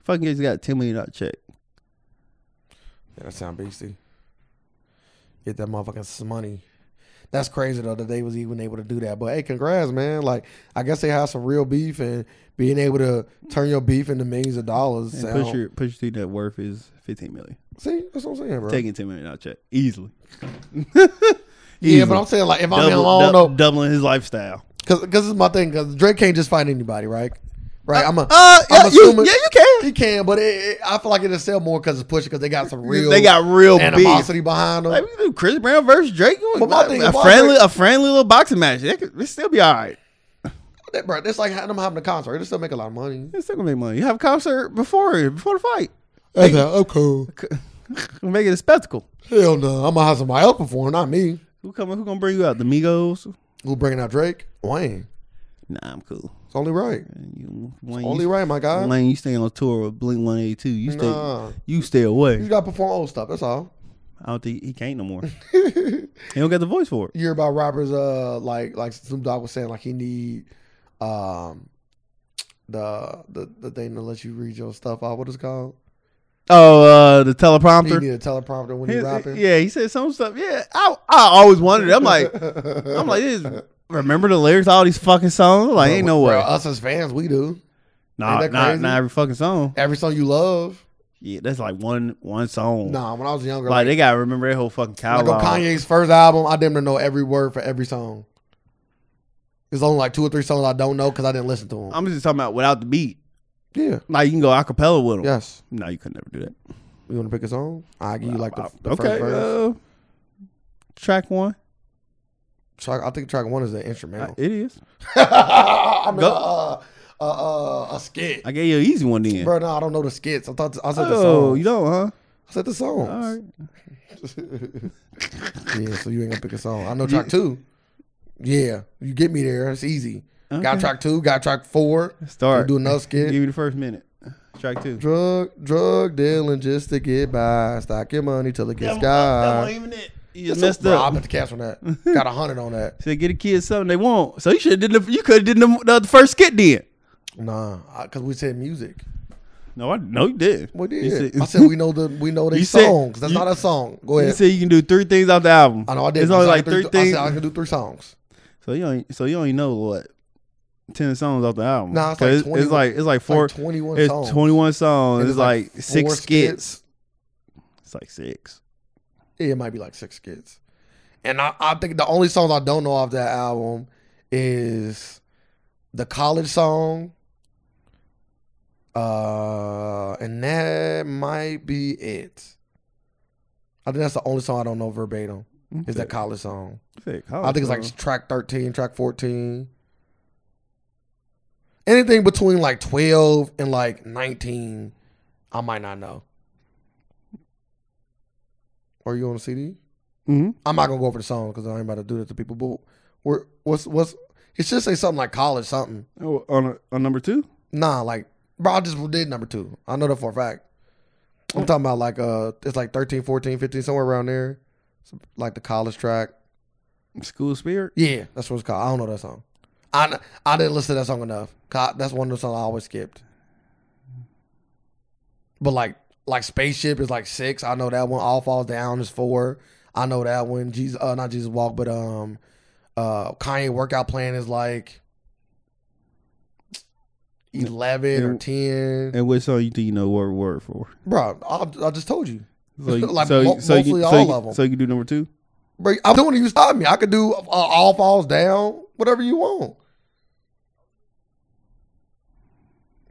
Fucking just got a ten million dollar check. Yeah, that sound beastie. Get that motherfucking some money. That's crazy though that they was even able to do that. But hey, congrats, man. Like I guess they have some real beef and being able to turn your beef into millions of dollars. And sound- push your push your net worth is fifteen million. see, that's what I'm saying, bro. Taking ten million dollar check easily. yeah, but I'm saying like if I'm in, I Double- don't dou- know, doubling his lifestyle. because this is my thing. Because Drake can't just fight anybody, right? Right. I'm a. Uh, I'm yeah, you, assuming- yeah, you can. he can, but it, it, I feel like it'll sell more because it's pushing because they got some real they got real beef. animosity behind them. Like, we do Chris Brown versus Drake. You But want my thing a is, why friendly, Drake- a friendly little boxing match. That could, it still be all right. That- bro, that's like them having a concert. They still make a lot of money. It's still gonna make money. You have a concert before it, before the fight. That's like, I'm cool. We'll make it a spectacle. Hell no, I'm gonna have somebody else perform, not me. Who coming? Who gonna bring you out? The Migos? Who bringing out Drake? Wayne. Nah, I'm cool. It's only right. You, Wayne, Only you, right, my guy. Wayne, you stay on tour with Blink 182. You stay, Nah. you stay You away. gotta perform old stuff. That's all. I don't think he can't no more. he don't got the voice for it. You hear about rappers, uh, like like Snoop Dogg was saying, like he need, um, the the the thing to let you read your stuff out. What is it called? Oh, uh, the He teleprompter. need a teleprompter when he He- rapping. yeah, he said some stuff. Yeah, I, I always wondered. I'm like, I'm like, this is- remember the lyrics to all these fucking songs? Like, ain't no Bro, way. us as fans, we do Nah, that not crazy? not every fucking song. every song you love. Yeah, that's like one one song. Nah, when I was younger, Like they gotta remember that whole fucking Like on catalog. Kanye's first album, I damn near know every word for every song. There's only like two or three songs I don't know because I didn't listen to them. I'm just talking about without the beat. yeah. Like you can go acapella with them. Yes. No, you could never do that. You want to pick a song? I give you like the, the okay. first verse. uh, track one. Track, I think track one is the instrumental. It is. I mean, Go. uh, uh, uh, a skit. I gave you an easy one then. Bro, no, I don't know the skits. I thought I said the oh, song. you don't, huh? I said the song. All right. yeah, so you ain't gonna pick a song. I know track two. Yeah, you get me there. It's easy. Got Okay. track two. Got track four. Start. Do another Give skit. me the first minute. Track two. Drug, drug dealing just to get by. Stack your money till it gets sky. even it. You just That's messed bro, I'm up. about to cancel that. Got a hundred on that. Said get the kids something they want. So you should have did the you could have did the, the first skit then. Nah, I- cause we said music. No, I no you did. You We did. said, I said we know the we know they You said- songs. That's you- not a song. Go you ahead. said you can do three things off the album. I know I did. It's I only said I like could three do th- things. I said I can do three songs. So you only so you only know what ten songs off the album. Nah, it's 'Cause like it's, 21 like it's like It's like four. 21 It's songs. twenty one songs. And It's, it's like, like six four skits. skits. It's like six. Yeah, it might be like six skits. And I, I think the only songs I don't know off that album is the college song Uh, and that might be it. I think that's the only song I don't know verbatim. Is that college song? Oh, I think it's like track thirteen, track fourteen. Anything between like twelve and like nineteen, I might not know. Are you on a CD? hmm I'm not gonna go over the song because I ain't about to do that to people. But we're, what's what's it should say something like college something. Oh, on a, on number two. Nah, like bro, I just did number two. I know that for a fact. I'm talking about like uh, it's like 13, 14, 15, somewhere around there. It's like the college track. School spirit. Yeah, that's what it's called. I don't know that song. I kn- I didn't listen to that song enough. 'Cause I- That's one of the songs I always skipped. But like like spaceship is like six. I know that one. All falls down is four. I know that one. Jesus, uh, not Jesus walk, but um, uh, Kanye workout plan is like eleven or And- ten. And which song you think you know word word for? Bro, I, I just told you. So you, Like, so, mo- so you, mostly so all you- of 'em. So you can do number two. Bro, I'm doing it. You stop me. I could do uh, all falls down, whatever you want.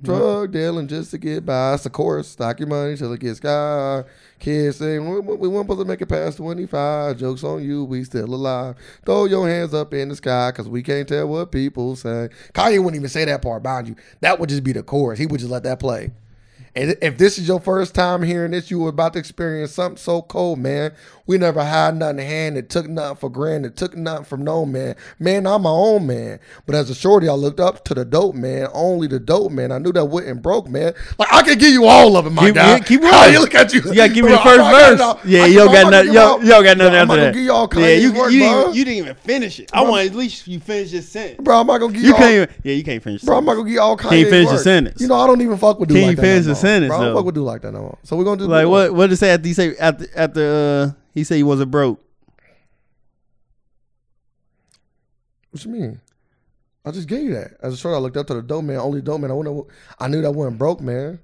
Drug dealing just to get by. It's a chorus. Stock your money till it gets sky. Kids saying we, we, we weren't supposed to make it past 25. Jokes on you. We still alive. Throw your hands up in the sky because we can't tell what people say. Kanye wouldn't even say that part, mind you. That would just be the chorus. He would just let that play. And if this is your first time hearing this, you were about to experience something so cold, man. We never had nothing handed, took nothing for granted, took nothing from no man. Man, I'm my own man. But as a shorty, I looked up to the dope man, only the dope man. I knew that wouldn't broke, man. Like I could give you all of it, my Keep- guy. yeah, keep How going. you look at you. You gotta give me the Bro, I first got it verse. all. Yeah, I you can- don't I'm got not nothing. gonna give Yo, all- you don't got nothing Bro, I'm after not gonna that. give y'all yeah, Kanye's you work, you, bro. didn't even, you didn't even finish it. I want at least you finish this sentence. Bro, I'm not gonna give You y'all. can't even. Yeah, you can't finish. Bro, I'm not gonna give y'all Kanye. Can't finish the work. sentence. You know I don't even fuck with dude Can't like that. finish no the more. sentence, Bro, I don't though. fuck with dude like that no more. So we're gonna do Like more. what? What did it say after he say after after uh, he say he wasn't broke? What you mean? I just gave you that. As a short, I looked up to the dope man, only dope man. I wonder, I knew that wasn't broke, man.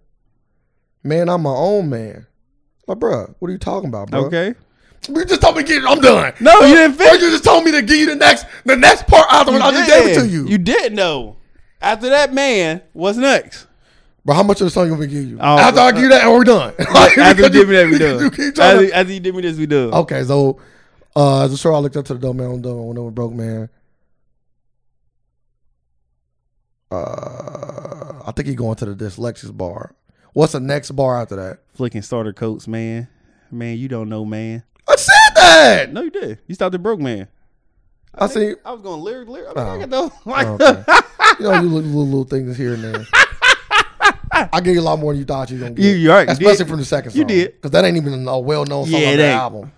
Man, I'm my own man. Like, bruh, what are you talking about, bro? Okay. You just told me to get I'm done. No, you didn't Bro, finish. you just told me to give you the next the next part after what I just gave it to you. You did know. After that man, what's next? Bro, how much of the song you gonna give you? Oh, after I give you that and we're done. Like, After you because did me that, we you- you done. keep trying to- Oh. After, after you did me this, we done. Okay, so uh, as a short, I looked up to the dope man, dope man, whatever broke man. Uh, I think he going to the dyslexics bar. What's the next bar after that? Flicking starter coats, man. Man, you don't know, man. I said that. No, you did. You stopped at broke man. I see. I was going lyric, lyric. I mean, I Oh. got those. Like, okay. You know, you little, little, little things here and there. I gave you a lot more than you thought you were gonna get. You- you alright, you especially did. from the second song. You did. because that ain't even a well-known song Yeah, on it the ain't. album.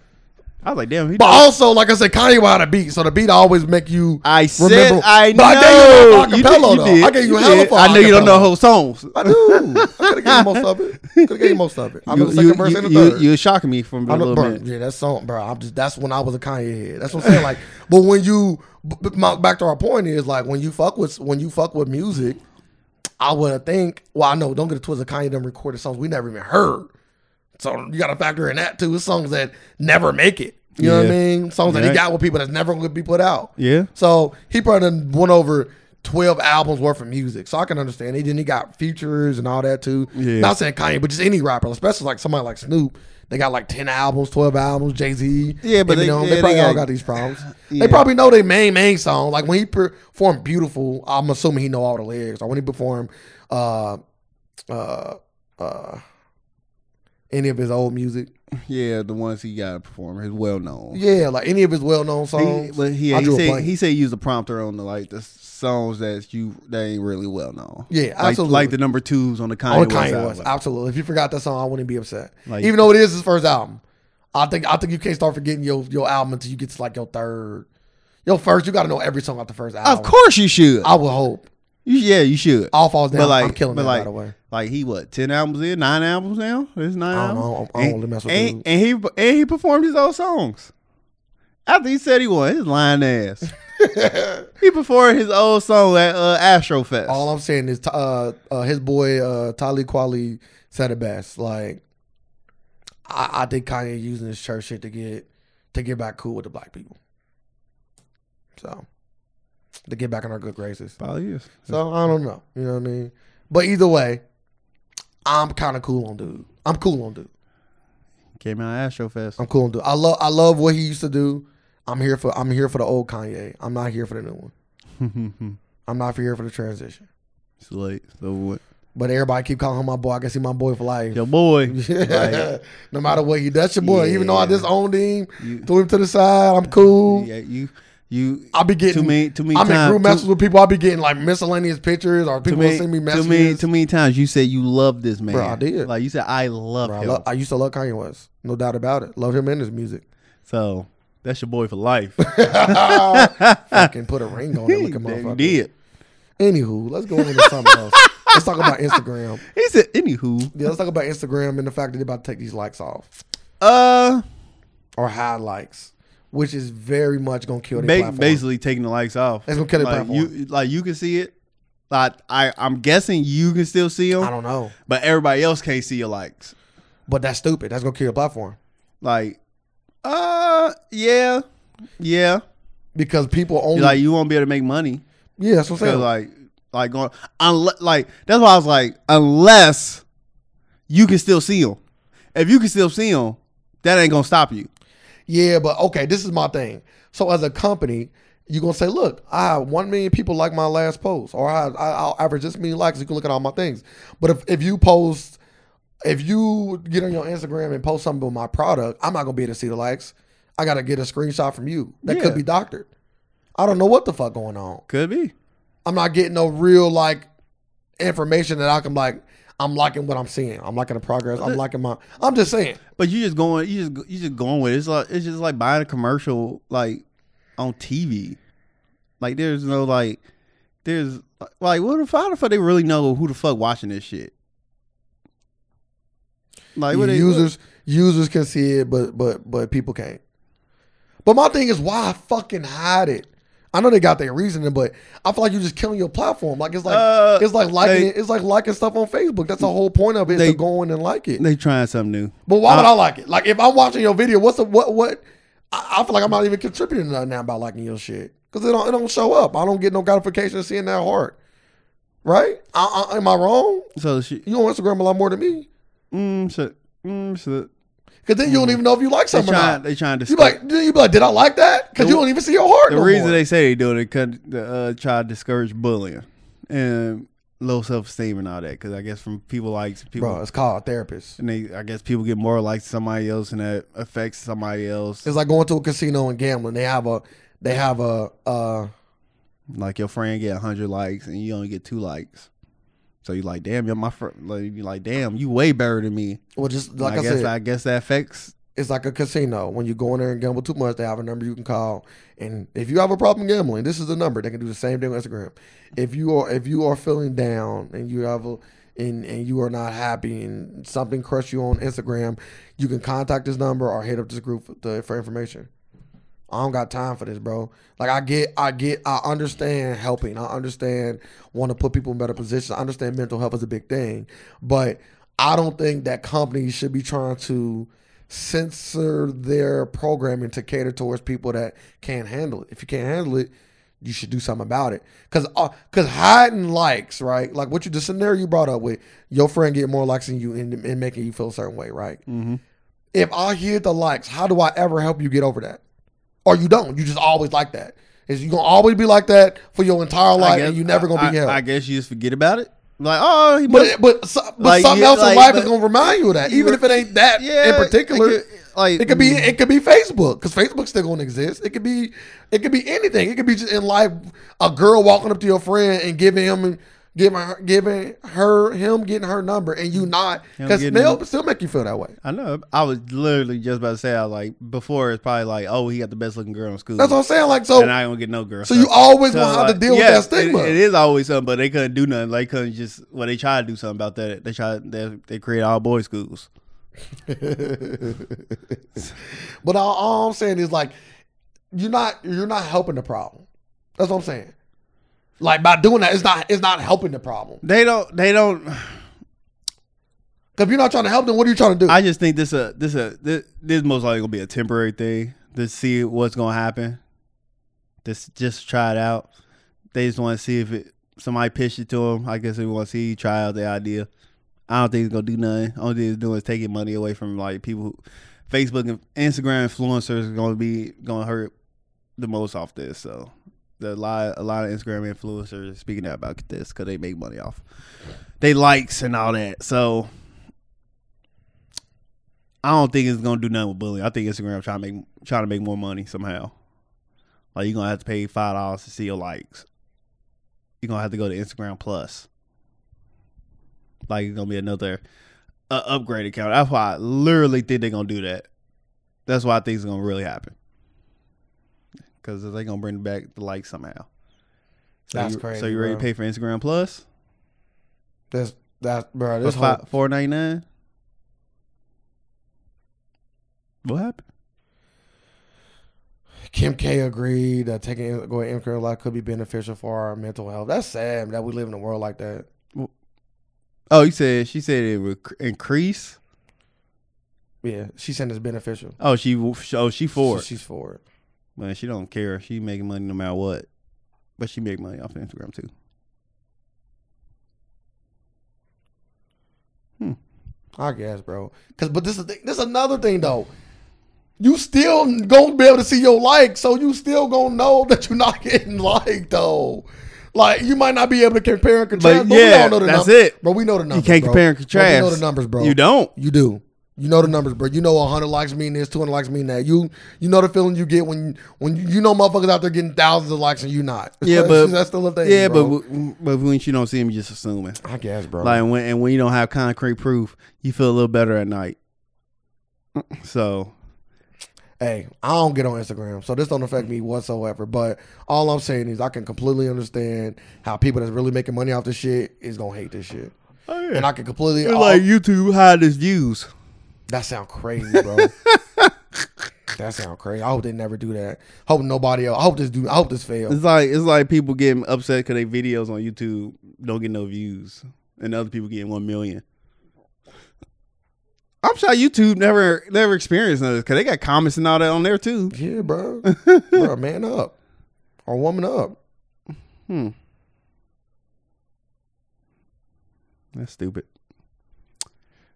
I was like, damn. He But don't- also, like I said, Kanye had a beat, so the beat always make you. I said remember- I know. But I gave you did- hella acapella, though. I gave you hella did. for I know you don't acapella. know whole songs. I do. I could have gave you most of it. Could have gave you most of it. I'm in the second verse you, and the you- third. you were shocking me from a I'm a, little bro, bit. yeah, that song, bro. I'm just that's when I was a Kanye head. That's what I'm saying. Like, but when you b- b- my, back to our point is like when you fuck with when you fuck with music, I would think. Well, I know. Don't get it twisted. Kanye done recorded songs we never even heard. So you got to factor in that too. It's songs that never make it. You know what I Yeah. mean? Songs that Right. he got with people that's never going to be put out. Yeah. So he probably done went over 12 albums worth of music. So I can understand. He then he got features and all that too. Yeah. Not saying Kanye, but just any rapper, especially like somebody like Snoop. They got like 10 albums, 12 albums, Jay Z. Yeah, but they- yeah, they probably all got- got these problems. Yeah. They probably know their main, main song. Like when he performed Beautiful, I'm assuming he know all the lyrics. Or when he performed uh, uh, uh, any of his old music. Yeah, the ones he got to perform is well known. Yeah, like any of his well known He, songs. but he, I he drew a said blank. he said use a prompter on the like the songs that you that ain't really well known. Yeah, like, absolutely. Like the number twws on the Kanye, on Kanye West West, album. absolutely. If you forgot that song, I wouldn't be upset. Like- Even though it is his first album, I think I think you can't start forgetting your your album until you get to like your third, your first. You got to know every song off the first album. Of course you should. I would hope. You- yeah, you should. All falls down. but like, I'm killing but that like, by the way. like he what ten albums in, nine albums now. There's nine. I don't albums. know. I don't really mess with and, and he and he performed his old songs. After he said he won, his lying ass. he performed his old song at uh, Astrofest. All I'm saying is, uh, uh, his boy uh, Tali Kweli said it best. Like, I, I think Kanye using this church shit to get to get back cool with the black people. So, to get back in our good graces. Probably is. So I don't know. You know what I mean? But either way, I'm kind of cool on dude. I'm cool on dude. Came out Astro Fest. I'm cool on dude. I love I love what he used to do. I'm here for I'm here for the old Kanye. I'm not here for the new one. I'm not here for the transition. It's late. It's over with. But everybody keep calling him my boy. I can see my boy for life. Your boy. Like, no matter what he, that's your boy. Even though I Yeah. disowned him, You- threw him to the side. I'm cool. yeah, you you I be Too getting many- too many I'm in times- group too- messages with people. I be getting like miscellaneous pictures or too people will many, send me too messages. many too many times you said you love this man. I did. Like you said, I love Bro, I, him. lo- I used to love Kanye West, no doubt about it. Loved him and his music. so that's your boy for life. Oh. Fucking put a ring on it, look at That you motherfucker. did. Anywho, let's go on to something else. Let's talk about Instagram. He said, anywho, Yeah, let's talk about Instagram and the fact that they're about to take these likes off uh, or high likes, which is very much gonna kill their ba- platform. basically taking the likes off. That's gonna kill their like, platform. You like you can see it. Like I, I'm guessing you can still see I them, don't know, but everybody else can't see your likes. but that's stupid. That's gonna kill your platform Like, uh, yeah, yeah. because people only. Like you won't be able to make money. yeah, that's what I'm Cause saying. like, like going, unless, like that's why I was like, unless you can still see them. If you can still see them, that ain't gonna stop you. Yeah, but okay, this is my thing. So as a company, you're gonna say, look, I have one million people like my last post, or I, I I'll average this many likes. You can look at all my things. But if if you post, if you get on your Instagram and post something about my product, I'm not gonna be able to see the likes. I gotta get a screenshot from you. That Yeah. could be doctored. I don't know what the fuck going on. Could be. I'm not getting no real like information that I can like. I'm liking what I'm seeing. I'm liking the progress. I'm liking my. I'm just saying. But you just going, you just you just going with it. it's like it's just like buying a commercial like on TV. Like there's no like there's like what the fuck, how the fuck they really know who the fuck watching this shit? Like what they- users users can see it, but but but people can't. But my thing is why fucking hide it. I know they got their reasoning, but I feel like you're just killing your platform. Like it's like Uh, it's like liking they- it- it's like liking stuff on Facebook. That's the whole point of it is They- to go in and like it. they uh, trying something new. But why would I like it? Like if I'm watching your video, what's the what what? I, I feel like I'm not even contributing to nothing now by liking your shit because it don't it don't show up. I don't get no gratification seeing that heart. Right? I, I, am I wrong? So she, You on Instagram a lot more than me mm, so, mm, so because then you don't even know if you like Mm. they something. or trying not. they trying to You be like, then you be like, did I like that? Because The- you don't even see your heart. the no reason more. they say they do it because uh, try to discourage bullying and low self esteem and all that. Because I guess from people like people. bro, it's called therapist. And they, I guess people get more likes to somebody else, and that affects somebody else. It's like going to a casino and gambling. They have a, they have a, uh, Like your friend get hundred likes, and you only get two likes. So you like, damn, you're my friend. Like, you like, damn, you way better than me. well, just like I, guess, said, I guess that affects. it's like a casino. When you go in there and gamble too much, they have a number you can call. And if you have a problem gambling, this is the number. They can do the same thing on Instagram. If you are, if you are feeling down and you have a, and, and you are not happy and something crushed you on Instagram, you can contact this number or hit up this group for, the, for information. I don't got time for this, bro. Like I get, I get, I understand helping. I understand want to put people in better positions. I understand mental health is a big thing, but I don't think that companies should be trying to censor their programming to cater towards people that can't handle it. If you can't handle it, you should do something about it. Cause, uh, cause hiding likes, right? Like what you, the scenario you brought up with your friend getting more likes than you and, and making you feel a certain way, right? Mm-hmm. if I hear the likes, how do I ever help you get over that? Or you don't. You just always like that. Is you gonna always be like that for your entire life, and you never gonna I, be helped. I guess you just forget about it. Like, oh, he must- but but, so- but Like, something yeah, else in like, life but- is gonna remind you of that, you even re- if it ain't that yeah, in particular. it Mm. could- like mm-hmm. It could be it could be Facebook because Facebook's still gonna exist. It could be it could be anything. It could be just in life, a girl walking up to your friend and giving him giving her giving her him getting her number and you not Mm. Him Mm. because getting- they'll still make you feel that way. I know. I was literally just about to say, I was like, before it's probably like, oh, he got the best looking girl in school. That's what I'm saying. Like so, and I don't get no girl. So you always so, gonna have to like, deal yeah, with that stigma. It, it is always something, but they couldn't do nothing. They couldn't just well, they try to do something about that. They try they they create all boys schools. but all, all I'm saying is like you're not you're not helping the problem. That's what I'm saying. Like by doing that, it's not it's not helping the problem. They don't. They don't. Because if you're not trying to help them, what are you trying to do? I just think this a this a this, this most likely gonna be a temporary thing to see what's gonna happen. Just just try it out. They just want to see if it somebody pitched it to them. I guess they want to see you try out the idea. I don't think it's gonna do nothing. All thing it's doing is taking money away from like people, who, Facebook and Instagram influencers are gonna be gonna hurt the most off this. So the lot a lot of Instagram influencers are speaking out about this because they make money off they likes and all that. So I don't think it's gonna do nothing with bullying. I think Instagram trying to make trying to make more money somehow. Like you're gonna have to pay five dollars to see your likes. You're gonna have to go to Instagram Plus. Like it's gonna be another uh, upgrade account. That's why I literally think they're gonna do that. That's why I think it's gonna really happen. Because they're gonna bring back the likes somehow. So That's you, crazy, So you ready to bro. pay for Instagram Plus? That's that, bro. For This whole, four ninety nine. What happened? Kim K agreed that taking going MK life could be beneficial for our mental health. That's sad that we live in a world like that. Oh, you said she said it would cr- increase. Yeah, she said it's beneficial. Oh, she w- sh- oh she for She- it. she's for it. Man, she don't care. She making money no matter what. But she make money off of Instagram too. I guess, bro. Cause but this is the- this is another thing though. You still gonna be able to see your like, so you still gonna know that you're not getting liked though. Like you might not be able to compare and contrast, but, we yeah, all know the that's numbers. it. Bro, we know the numbers. can't bro. compare and Bro, contrast. we know the numbers, bro. You don't. You do. You know the numbers, bro. You know 100 likes mean this, 200 likes mean that. You you know the feeling you get when when you, you know motherfuckers out there getting thousands of likes and you not. Yeah, but that's still a thing. Yeah, bro. but w- but when you don't see him, you just assuming. I guess, bro. Like when and when you don't have concrete proof, you feel a little better at night. So hey, I don't get on Instagram, so this don't affect me whatsoever. But all I'm saying is I can completely understand how people that's really making money off this shit is gonna hate this shit, and I can completely. It's I- like YouTube hide his views. that sound crazy, bro. that sound crazy. I hope they never do that. Hope nobody else. I hope this do. I hope this fails. It's like it's like people getting upset because their videos on YouTube don't get no views, and other people getting one million. I'm sure YouTube never never experienced none of this because they got comments and all that on there too. Yeah, bro. bro, man up or woman up. Hmm. That's stupid.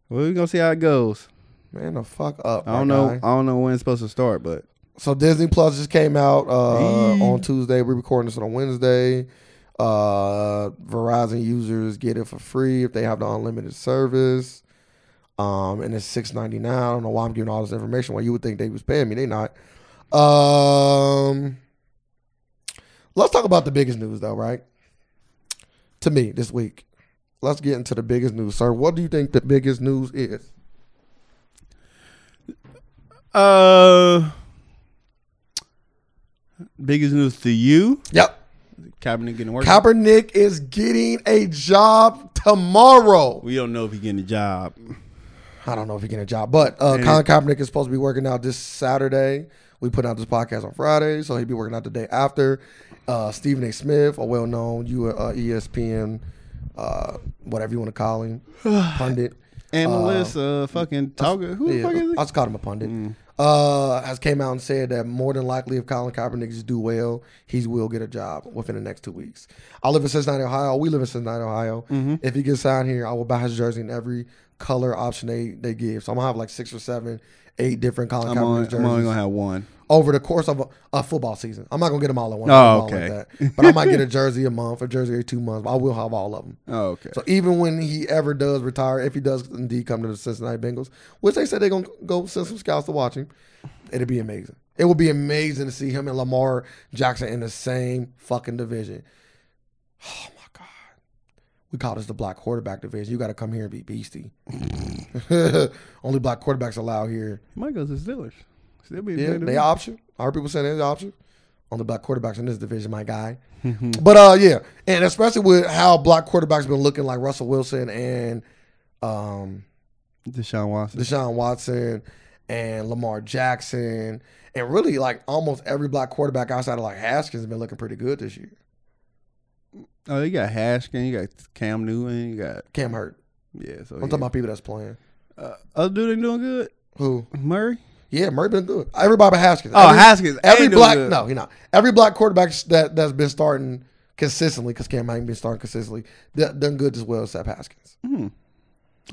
Well, we're gonna see how it goes. Man, the fuck up. I don't my know. guy. I don't know when it's supposed to start, but So Disney Plus just came out uh, Eee. on Tuesday. We're recording this on a Wednesday. Uh, Verizon users get it for free if they have the unlimited service. Um, and it's six ninety nine. I don't know why I'm giving all this information. Why you would think they was paying me? They not. Um, let's talk about the biggest news though, right? To me this week, let's get into the biggest news, sir. What do you think the biggest news is? uh, biggest news to you: Yep. Kaepernick getting work. Kaepernick is getting a job tomorrow. we don't know if he getting a job. I don't know if he getting a job, but uh, Colin Kaepernick is supposed to be working out this Saturday. We put out this podcast on Friday, so he'll be working out the day after. Uh, Stephen A. Smith, a well-known U- uh, ESPN, uh, whatever you want to call him, pundit. analyst, uh, fucking talker. Who the Yeah, fuck is I it? just called him a pundit. Mm. Uh, has came out and said that more than likely, if Colin Kaepernick just do well, he will get a job within the next two weeks. I live in Cincinnati, Ohio. We live in Cincinnati, Ohio. Mm-hmm. If he gets signed here, I will buy his jersey in every color option they, they give. So I'm gonna have like six or seven, eight different Colin I'm, Kaepernick only, jerseys I'm only gonna have one. over the course of a, a football season. I'm not gonna get them all at once. Oh, I'm not okay. Like that. But I might get a jersey a month, a jersey every two months. I will have all of them. Oh, okay. So even when he ever does retire, if he does indeed come to the Cincinnati Bengals, which they said they're gonna go send some scouts to watch him, it'd be amazing. It would be amazing to see him and Lamar Jackson in the same fucking division. Oh my god, we call this the black quarterback division. You got to come here and be beastie. Only black quarterbacks allowed here. Might go to Steelers. Still be Yeah, they option. I heard people saying they're the option on the black quarterbacks in this division, my guy. but uh, yeah, and especially with how black quarterbacks been looking, like Russell Wilson and um, Deshaun Watson. Deshaun Watson and Lamar Jackson, and really like almost every black quarterback outside of like Haskins has been looking pretty good this year. oh, you got Hashkin. You got Cam Newton. You got Cam Hurt. yeah. So I'm talking about people that's playing. yeah. uh, other dude ain't doing good. Who? Murray. Yeah, Murray been good. Everybody but Haskins. Oh, Every- Haskins. Every ain't doing black good. no, he not. Every black quarterback that that's been starting consistently because Cam ain't been starting consistently d- done good as well as Seth Haskins. Hmm.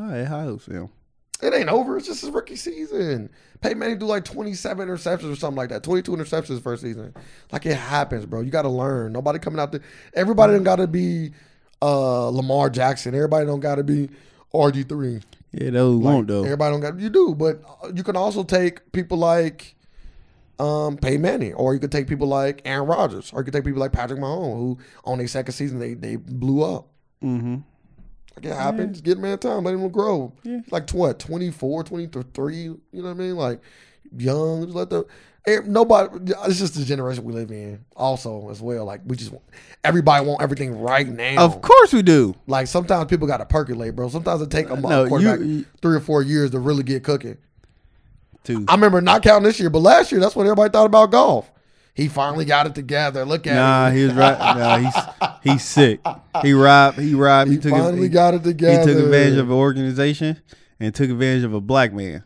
I had high hopes for him. It ain't over. It's just his rookie season. Peyton Manning do like 27 interceptions or something like that. 22 interceptions first season. Like it happens, bro. You got to learn. Nobody coming out there. Everybody don't got to be uh, Lamar Jackson. Everybody don't got to be RG3. Yeah, those won't though. Everybody don't got you do, but uh, you can also take people like um Peyton Manning, or you could take people like Aaron Rodgers, or you could take people like Patrick Mahomes, who on their second season they they blew up. Mm-hmm. Like it happens. Just Give man time. Let him grow. Yeah. Like tw- what, 24, 23, you know what I mean? Like young. Just let the eh, nobody. It's just the generation we live in. Also, as well. Like we just want everybody want everything right now. Of course we do. Like sometimes people got to percolate, bro. Sometimes it take a No, no, you- quarterback you- three or four years to really get cooking. Too. I remember not counting this year, but last year that's what everybody thought about golf. He finally got it together. Look at Nah, him. he was right. Nah, he's he's sick. He robbed. He robbed. He, took. finally he, got it he together. took advantage of an organization and took advantage of a black man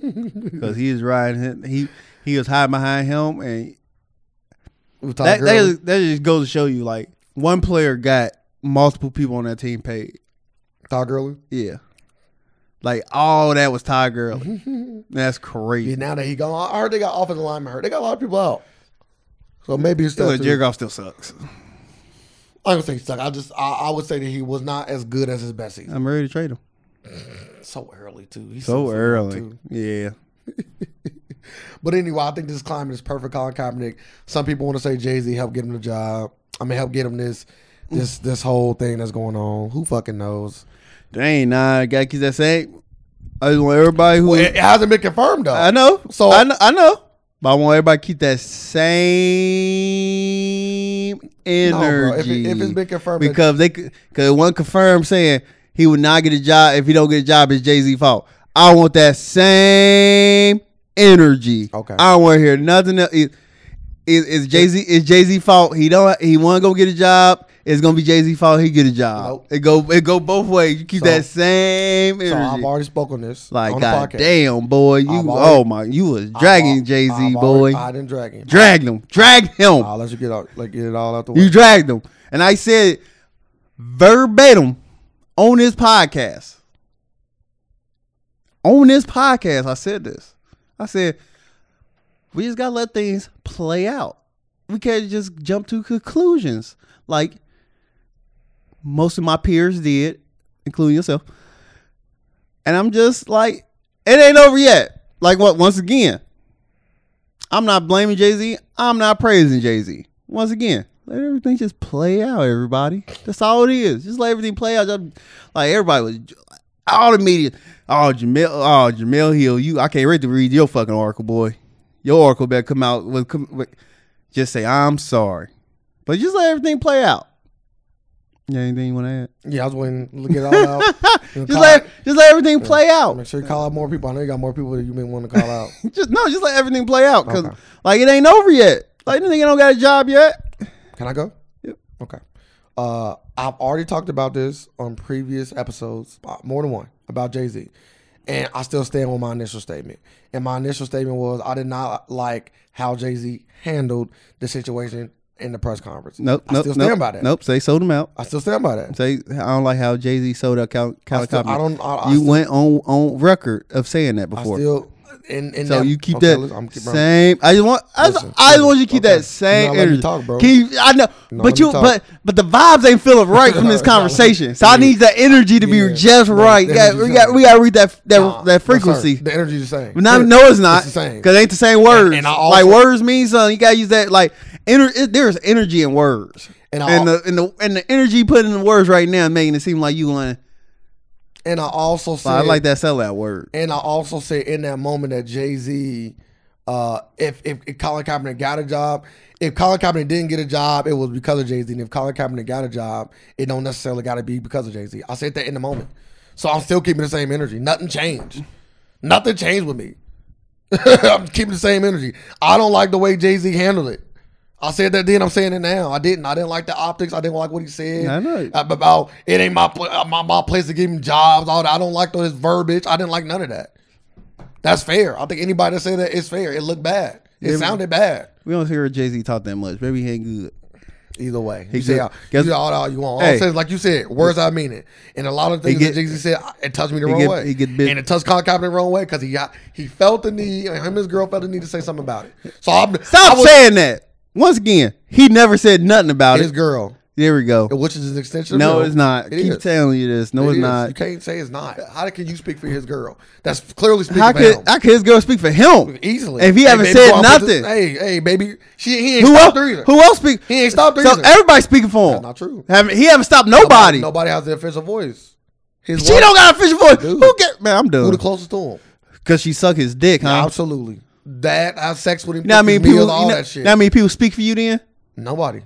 because he was riding. him- He he was hiding behind him, and We were talking that that, earlier. is, that just goes to show you like one player got multiple people on that team paid. Todd Gurley. Yeah, like all that was Ty Gurley. That's crazy. Yeah, now that he gone, I heard they got offensive lineman hurt. They got a lot of people out. So maybe it's Still, that. Jared too. Goff still sucks. I don't think he suck. I just I, I would say that he was not as good as his best season. I'm ready to trade him So early too. He's so young, early. too. Yeah, But anyway, I think this climate is perfect. Colin Kaepernick. Some people want to say Jay Z helped get him the job. I mean, help get him this this this whole thing that's going on. Who fucking knows? dang, nah, gotta keep that same. I just want everybody who Well, it, it hasn't been confirmed though. I know. So So- I know, I know. But I want everybody to keep that same energy. No, bro. If, it, if it's been confirmed, that- because they could- cause one confirmed saying he would not get a job if he don't get a job, it's Jay Z fault. I want that same energy. Okay. I don't want to hear nothing else. It, it, it's Jay Z. It's Jay Z fault. He don't. He want to go get a job. It's gonna be Jay Z fault. He get a job. Nope. It go. It go both ways. You keep So- that same energy. so I've already spoke on this. Like on the God podcast. damn boy, you I've oh already- my, you was I've dragging al- Jay Z I've boy, already- I didn't drag him. dragged him, dragged him, I'll let you get out, like get it all out the way. you dragged him, and I said verbatim on this podcast, on this podcast, I said this, I said we just gotta let things play out. We can't just jump to conclusions like most of my peers did, including yourself. And I'm just like, it ain't over yet. Like what? Once again, I'm not blaming Jay Z. I'm not praising Jay Z. Once again, let everything just play out, everybody. That's all it is. Just let everything play out. Just, like everybody was, all the media. Oh Jamel, oh Jamel Hill, you. I can't wait to read your fucking article, boy. Your article better come out with, come, with just say I'm sorry, but just let everything play out. Yeah, anything you want to add? Yeah, I was waiting to get it all out. You know, Just call- let just let everything play out. make sure you call out more people. I know you got more people that you may want to call out. Just no, just let everything play out because Okay. like it ain't over yet. Like the nigga don't got a job yet. Can I go? Yep. Okay. Uh, I've already talked about this on previous episodes, uh, more than one, about Jay Z. And I still stand with my initial statement. And my initial statement was I did not like how Jay Z handled the situation in the press conference. Nope, I nope, still nope, stand by that. Nope, say sold him out. I still stand by that. Say I don't like how Jay Z sold out Cal- Cal- I, still, I Company. don't. I, I you still, went on on record of saying that I before. still. In, in so that- you keep okay, that listen, I'm keep- same. I just want. I just, Listen, I just want you to keep okay. that same You're not letting me energy. talk, bro. Keep- I know, You're not but letting you, me talk. but but the vibes ain't feeling right from this You're not letting- conversation. So I need the energy to be Yeah, just no, right. the Yeah, energy's we got we got to read that that Nah, no, that sir. frequency. the energy is the same. But now, no, it's not. It's the same. Because it ain't the same words. and I like also- words mean something. You gotta use that. Like ener- it, there's energy in words. And, And I al- the and the and the energy put in the words right now making it seem like you want. And I also said, I like that sellout word. And I also said in that moment that Jay Z, uh, if, if if Colin Kaepernick got a job, if Colin Kaepernick didn't get a job, it was because of Jay Z. And if Colin Kaepernick got a job, it don't necessarily got to be because of Jay Z. I said that in the moment, so I'm still keeping the same energy. Nothing changed. Nothing changed with me. I'm keeping the same energy. I don't like the way Jay Z handled it. I said that then. I'm saying it now. I didn't. I didn't like the optics. I didn't like what he said. I know. Ab- About it ain't my pl- uh, my, my place to give him jobs. All that. I don't like those verbiage. I didn't like none of that. That's fair. I think anybody that said that is fair. It looked bad. It Yeah, but- sounded bad. We don't hear Jay Z talk that much. Maybe he ain't good. Either way, He you say good. all, you Guess- say all, all you want. All Hey. says, like you said, words I mean it. And a lot of things get- that Jay-Z said, I- it touched me the wrong get- way. he get bit- And it touched Colin Kaepernick the wrong way because he got, he felt the need, and him and his girl felt the need to say something about it. So I'm I Stop was- saying that. Once again, he never said nothing about his it. girl, There we go. which is an extension. of No, him. it's not. It Keep is. telling you this. No, It it's is. not. You can't say it's not. How can you speak for his girl? That's clearly speaking How for could him. how could his girl speak for him? Easily. If he Hey, haven't baby, said go out with nothing, this- Hey, hey, baby. She, he ain't who stopped else? her either. Who else speak? He ain't stopped her So either. everybody's speaking for him. That's not true. Haven't, he haven't stopped nobody. Nobody has the official voice. His She wife- don't got an official voice. Dude. Who get? Man, I'm Who the done. closest to him? Because she suck his dick, huh? Absolutely. That I have sex with him. Now I mean, meals, people. You all know, that shit. now I mean, people speak for you. Then Nobody.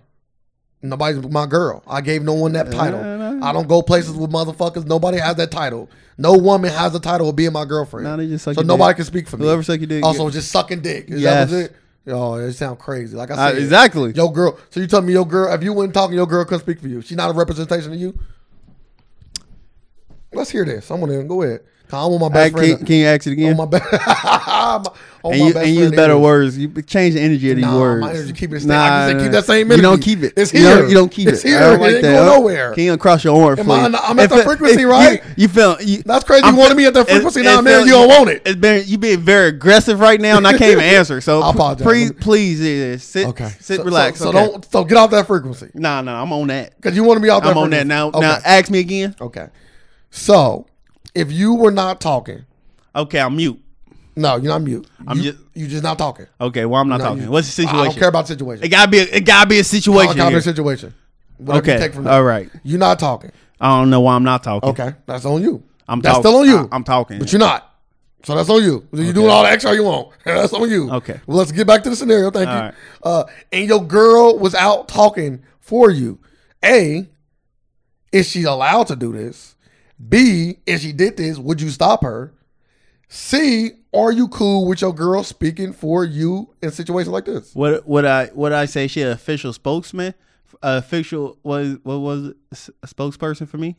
Nobody's my girl. I gave no one that title. no, I don't go places with motherfuckers. Nobody has that title. No woman has the title of being my girlfriend. No, they just suck so your nobody dick. can speak for me. Whoever suck your dick, Also, just sucking dick. Is Yes. that what it? Oh, it sounds crazy. Like I Uh, said, exactly. Your girl. So you tell me your girl? If you went talking, your girl couldn't speak for you. She's not a representation of you. Let's hear this. I'm gonna go ahead. 'Cause I want my Hey, best can, friend. can you ask it to- again? On my, be- on my and you, best and use friend better energy. words. You change the energy of these Nah, words. my energy keep it the same. I can say keep that same You don't energy. keep it. It's You don't, here. you don't keep It's it. here. I don't It like ain't that. going Oh, nowhere. Can you cross your arm? Am for I- you? I'm at It the fe- frequency, it- right? You, you feel you, That's crazy. I'm you wanted fe- me at that it- frequency. it now I'm here. feel- You don't want it. It's been, you being very aggressive right now, and I can't even answer. So I apologize. please, please, yeah, sit, Okay. sit, So- relax. So, so okay. don't. So get off that frequency Nah, nah, I'm on that. because you want to be off. I'm on that frequency. now. Okay. Now ask me again. Okay. So if you were not talking, Okay, I'm mute. no, you're not mute. I'm you, just- you just not talking. Okay, well I'm not talking. you- What's the I don't situation? care about the situation. It gotta be. A, it gotta be a I situation. don't care about the here. situation. Whatever Okay, You take from all that. right. You're not talking. I don't know why I'm not talking. Okay. That's on you. I'm That's talk- still on you. I, am talking. But you're not. So that's on you. You're doing all the extra you want. That's on you. Okay. Well, let's get back to the scenario. Thank you. right. Uh, and your girl was out talking for you. A, is she allowed to do this? B, if she did this, would you stop her? C, are you cool with your girl speaking for you in situations like this? What would I would I say? She an official spokesman, official was what was it? S- a spokesperson for me?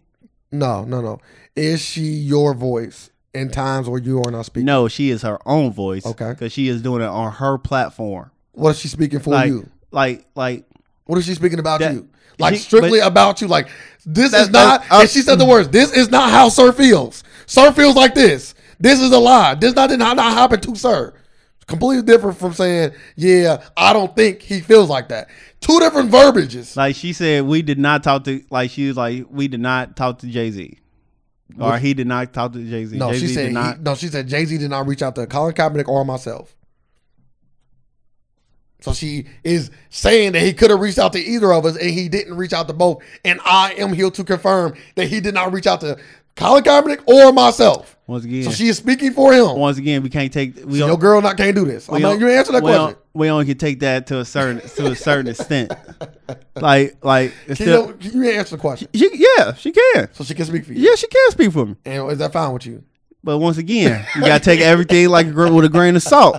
No, no, no. Is she your voice in times where you are not speaking? No, she is her own voice. Okay. because she is doing it on her platform. What is she speaking for Like, you? like, like. What is she speaking about That- you? Like she- strictly about you. Like this That- uh, is not. that- and she said the words. This is not how Sir feels. Sir feels like this. This is a lie. This not did not not happen to Sir. Completely different from saying, yeah, I don't think he feels like that. Two different verbiages. Like she said, we did not talk to. Like she was like, we did not talk to Jay Z, or he did not talk to Jay Z. no, Jay she Z said. did he- not. no, she said Jay Z did not reach out to Colin Kaepernick or myself. So she is saying that he could have reached out to either of us, and he didn't reach out to both. And I am here to confirm that he did not reach out to Colin Kaepernick or myself. once again, So she is speaking for him. once again, we can't take. We Your girl not can't do this. I we mean, on- you answer that we on- question. we only can take that to a certain to a certain extent. Like, like, it's She still, don't- you answer the question, she, yeah, she can. so she can speak for you. Yeah, she can speak for me. And is that fine with you? But once again, you gotta take everything like a, gr- with a grain of salt,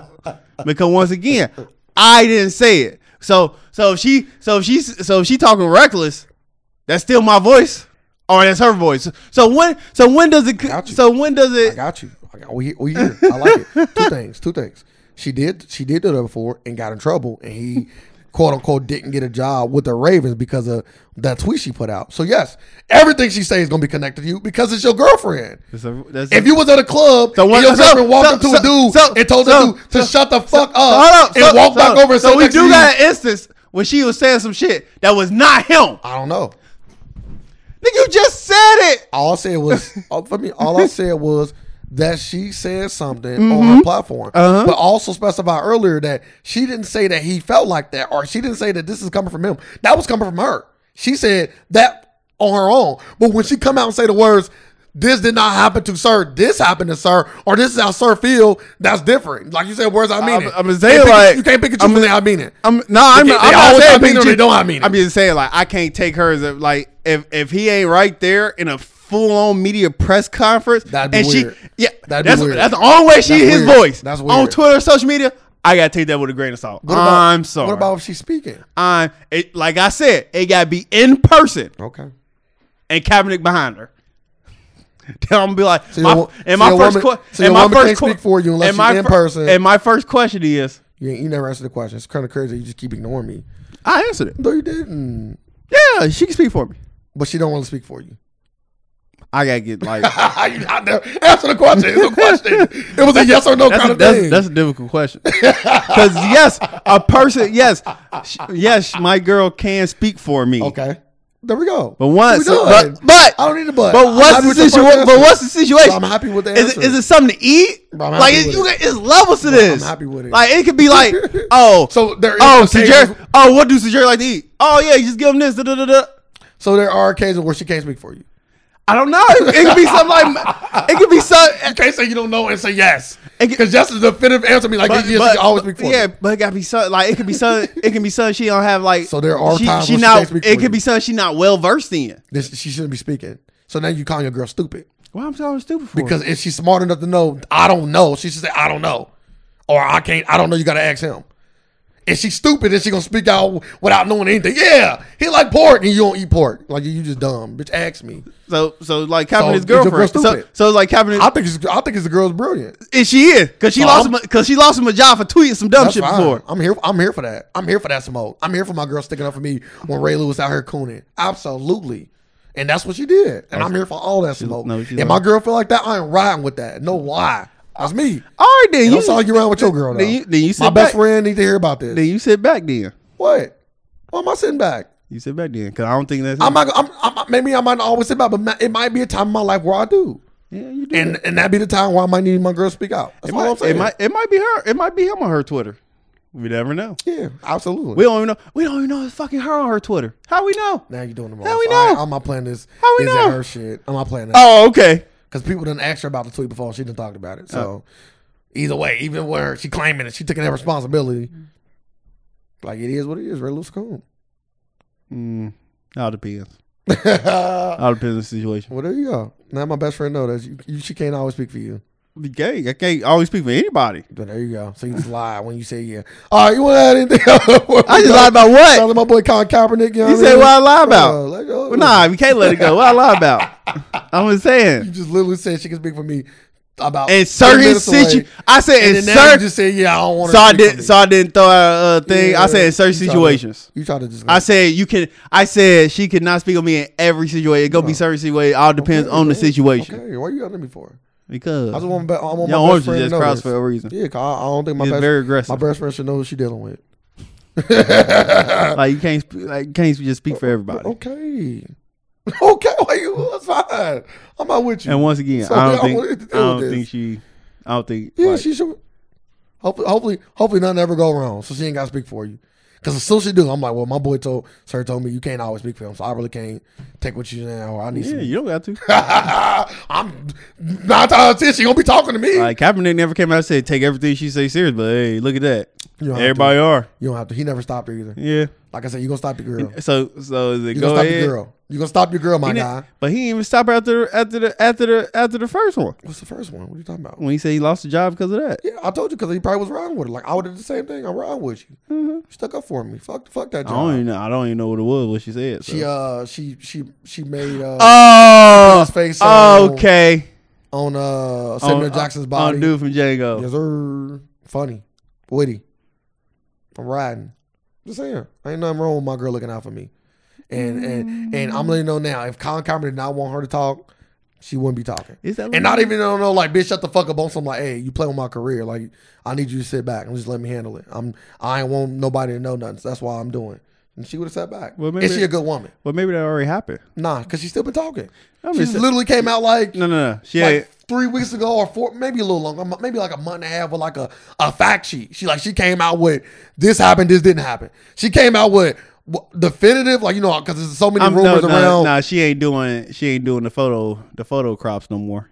because once again, I didn't say it. So so if she so if she so if she talking reckless, that's still my voice, or that's her voice. So when so when does it got you. so when does I it got you. I got, we, we here. I like it. Two things. Two things. She did. She did do that before and got in trouble. And he, quote unquote, didn't get a job with the Ravens because of that tweet she put out. So yes, everything she says is gonna be connected to you because it's your girlfriend. that's a- that's a- If you was at a club So and what- your so- girlfriend walked so- up to so- a dude so- and told so- the dude to so- shut the fuck up So hold up, and so- walk so- back over and so sit we next do to that you, instance when she was saying some shit that was not him. I don't know. Nigga, you just said it. All I said was all- for me. All I said was that she said something on her platform, Uh-huh. but also specified earlier that she didn't say that he felt like that, or she didn't say that this is coming from him. That was coming from her. She said that on her own. But when she come out and say the words, "This did not happen to sir. This happened to sir," or "This is how sir feel," that's different. Like you said, words I mean I'm- it. I'm You saying, can't pick and- like, you can't pick and I'm- choose when I mean it. I'm no, I'm, They- not- they I'm not always saying have meaning Big or they G- don't have meaning. I'm just saying like I can't take her as a, like if if he ain't right there in a full on media press conference That'd be and weird. she yeah That'd be that's weird. that's the only way she That's his weird. voice That's on weird. Twitter social media. I gotta take that with a grain of salt. What about- I'm sorry. What about if she's speaking? I'm it, like I said, it gotta be in person Okay. and Kaepernick behind her. Then I'm gonna be like, your my, wo- and so my your first woman- question, so your woman can't speak for you unless she's in person. And my first question is, You, ain't- you never answered the question. It's kind of crazy. You just keep ignoring me. I answered it. No, you didn't. Yeah, she can speak for me. But she don't want to speak for you. I gotta get like you not there. Answer the question. It's a question. It was a yes or no that's kind a, of that's, thing. that's a difficult question. Because yes, a person, yes, sh- yes, my girl can speak for me. okay. There we go. But once, What we doing? but but I don't need a but. But I'm what's happy the with the first situation? But answer. what's the situation? So I'm happy with the Is answer. it, is it something to eat? But I'm happy like it, with you, it. got- it's levels to this. happy with it. Like it could be like, oh, So there is oh, occasions- Sajir, oh, what do Sajir like to eat? Oh yeah, you just give him this. Da, da, da, da. so there are occasions where she can't speak for you. I don't know. It could be something like it could be some. You can't say you don't know and say yes. And- Because yes is the definitive answer. Me like But, yes, but- you always speak for yeah, me. but it gotta be something like it could be something. It can be something she don't have like. So there are she, times she when she not. can't speak it for could you. be something she not well versed in. This, she shouldn't be speaking. So now you calling your girl stupid. Why I'm talking stupid for? Because if she's smart enough to know, I don't know. She should say, I don't know. Or I can't, I don't know. You got to ask him. If she's stupid, then she going to speak out without knowing anything. Yeah, he like pork and you don't eat pork. Like, you just dumb. Bitch, ask me. so so like Kaepernick's is your girl girlfriend. So stupid? so like Kaepernick. I think it's, I think it's the girl's brilliant. And she is because she lost I'm- because she lost him a job for tweeting some dumb That's shit fine. before. I'm here. I'm here for that. I'm here for that smoke. I'm here for my girl sticking up for me when Ray Lewis out here cooning. Absolutely. And that's what she did. And I'm here for all that smoke. no, she's and my girl feel like that, I ain't riding with that. No lie. That's me. All right, then And you I'm sorry you around with your girl. Though. Then you- then you my sit best back. friend need to hear about this. Then you sit back then. what? Why am I sitting back? You sit back then because I don't think that's. I'm not. I'm, I'm, maybe I might not always sit back, but ma- it might be a time in my life where I do, yeah, you do. and and that be the time where I might need my girl to speak out. That's it, all might, I'm saying. it might it might be her. It might be him on her Twitter. We never know. yeah, absolutely. We don't even know. We don't even know it's fucking her on her Twitter. How we know? now you're doing the wrong. How we all right, know? I'm not playing this. How we is know? It her shit. I'm not playing that Oh, okay. because people didn't ask her about the tweet before. She didn't talk about it. So Uh. either way, even where she claiming it, she taking that responsibility. Mm-hmm. Like it is what it is. Ray Lewis cool. Mm, all depends. well, All depends on the situation. there you go. Now my best friend know that you, you, she can't always speak for you. Be gay. I can't always speak for anybody. But there you go. So you just lie when you say yeah. All right, you want to add anything? I I just lied about what? Shout my boy Colin Kaepernick. You, know You what I said mean? Oh, what I lie Bro, about. let go. Well, nah, we can't let it go. What I lie about. I'm just You saying. just literally said she can speak for me about In 10 certain minutes away. situ, I said And in then now you certain just said yeah. I don't want So to. I did. So I didn't throw out a thing. I said in certain situations. You try to just. I said you can. I said she could not speak on me in every situation. It gonna be certain situation. All depends on the situation. Okay, why you yelling at me for? Because I just want. my be- I want Your my orange is best friend to just know crossed this. for a reason. Yeah, 'cause I, I don't think my It's best very aggressive. my best friend should know who she dealing with. like you can't. sp- Like you can't just speak Oh, for everybody. Okay. Okay, why you? That's fine. I'm not with you. And once again, So I don't y'all wanted think. to I deal don't with this. think she. I don't think. Yeah, like, she should. Hopefully, hopefully, hopefully, nothing ever go wrong. So she ain't got to speak for you. Because as soon as she do, I'm like, well, my boy told sir told me you can't always speak for him, so I really can't take what you now. Or I need yeah, some. you don't got to. I'm nine times out of ten, she gonna be talking to me. Like Kaepernick never came out and said take everything she say serious, but hey, look at that. You don't have Everybody are. you don't have to. He never stopped her either. Yeah. Like I said, you gonna stop your girl. So so is it You go gonna stop ahead? your girl. You gonna stop your girl, my He didn't- guy. But he didn't even stop her after after the after the after the first one. What's the first one? What are you talking about? when he said he lost the job because of that. Yeah, I told you because he probably was wrong with her. Like I would have the same thing. I'm wrong with you. You stuck up for me. Fuck, fuck that Mm-hmm. I don't job. even know. I don't even know what it was. What she said. So. She uh, she she she made uh, oh, his face on- okay. on uh Samuel On- Jackson's on body. dude from Django. Yes, sir. Funny, witty. I'm riding. Just saying, ain't nothing wrong with my girl looking out for me. And and and I'm letting you know now. If Colin Kaepernick did not want her to talk, she wouldn't be talking. Is that And not even don't know like bitch, shut the fuck up on something like, hey, you play with my career. Like I need you to sit back and just let me handle it. I'm I ain't want nobody to know nothing. So that's why I'm doing. And she would have sat back. Well, Well, maybe- Is she a good woman? Well, maybe that already happened. Nah, because she's still been talking. I'm She just- literally came out like No, no, no. She ain't- like three weeks ago or four, maybe a little longer, mo- maybe like a month and a half with like a, a fact sheet. She like she came out with this happened, this didn't happen. She came out with w- definitive, like you know, because there's so many I'm, no, rumors no, around. no, she ain't doing. She ain't doing the photo. The photo crops no more.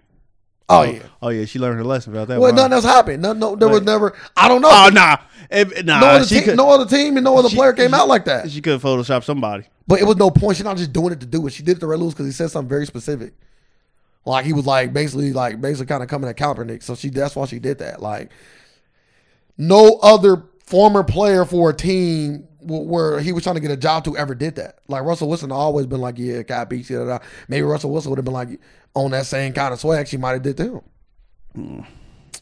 oh yeah, Oh yeah, she learned her lesson about that. well one, nothing huh? else happened. No, no, there was Right. never. I don't know. Oh nah, It- nah. no other she team, could. no other team, and no other she- player came she- out like that. She could Photoshop somebody. But it was no point. She's not just doing it to do it. She did it to Red Lewis because he said something very specific. Like he was like basically like basically kind of coming at Kaepernick. So she that's why she did that. Like no other former player for a team w- where he was trying to get a job to ever did that. Like Russell Wilson always been like, yeah, Kyle beats you. da, da, da. Maybe Russell Wilson would have been like on that same kind of swag she might have did to him.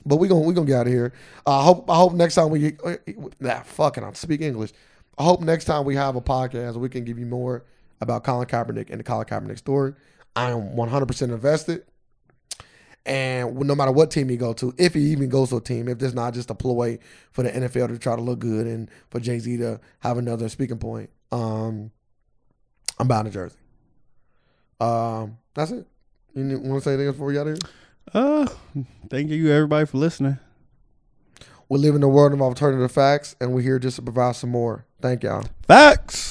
But we gonna we gonna get out of here. I hope I hope next time we uh, that fucking I speak English. I hope next time we have a podcast, we can give you more about Colin Kaepernick and the Colin Kaepernick story. I am 100% invested. And no matter what team he go to, if he even goes to a team, if there's not just a ploy for the NFL to try to look good and for Jay Z to have another speaking point, um, I'm buying a jersey. Um, that's it. You want to say anything else before we get out of here? Uh, thank you everybody for listening. We live in a world of alternative facts, and we're here just to provide some more. Thank y'all. Facts.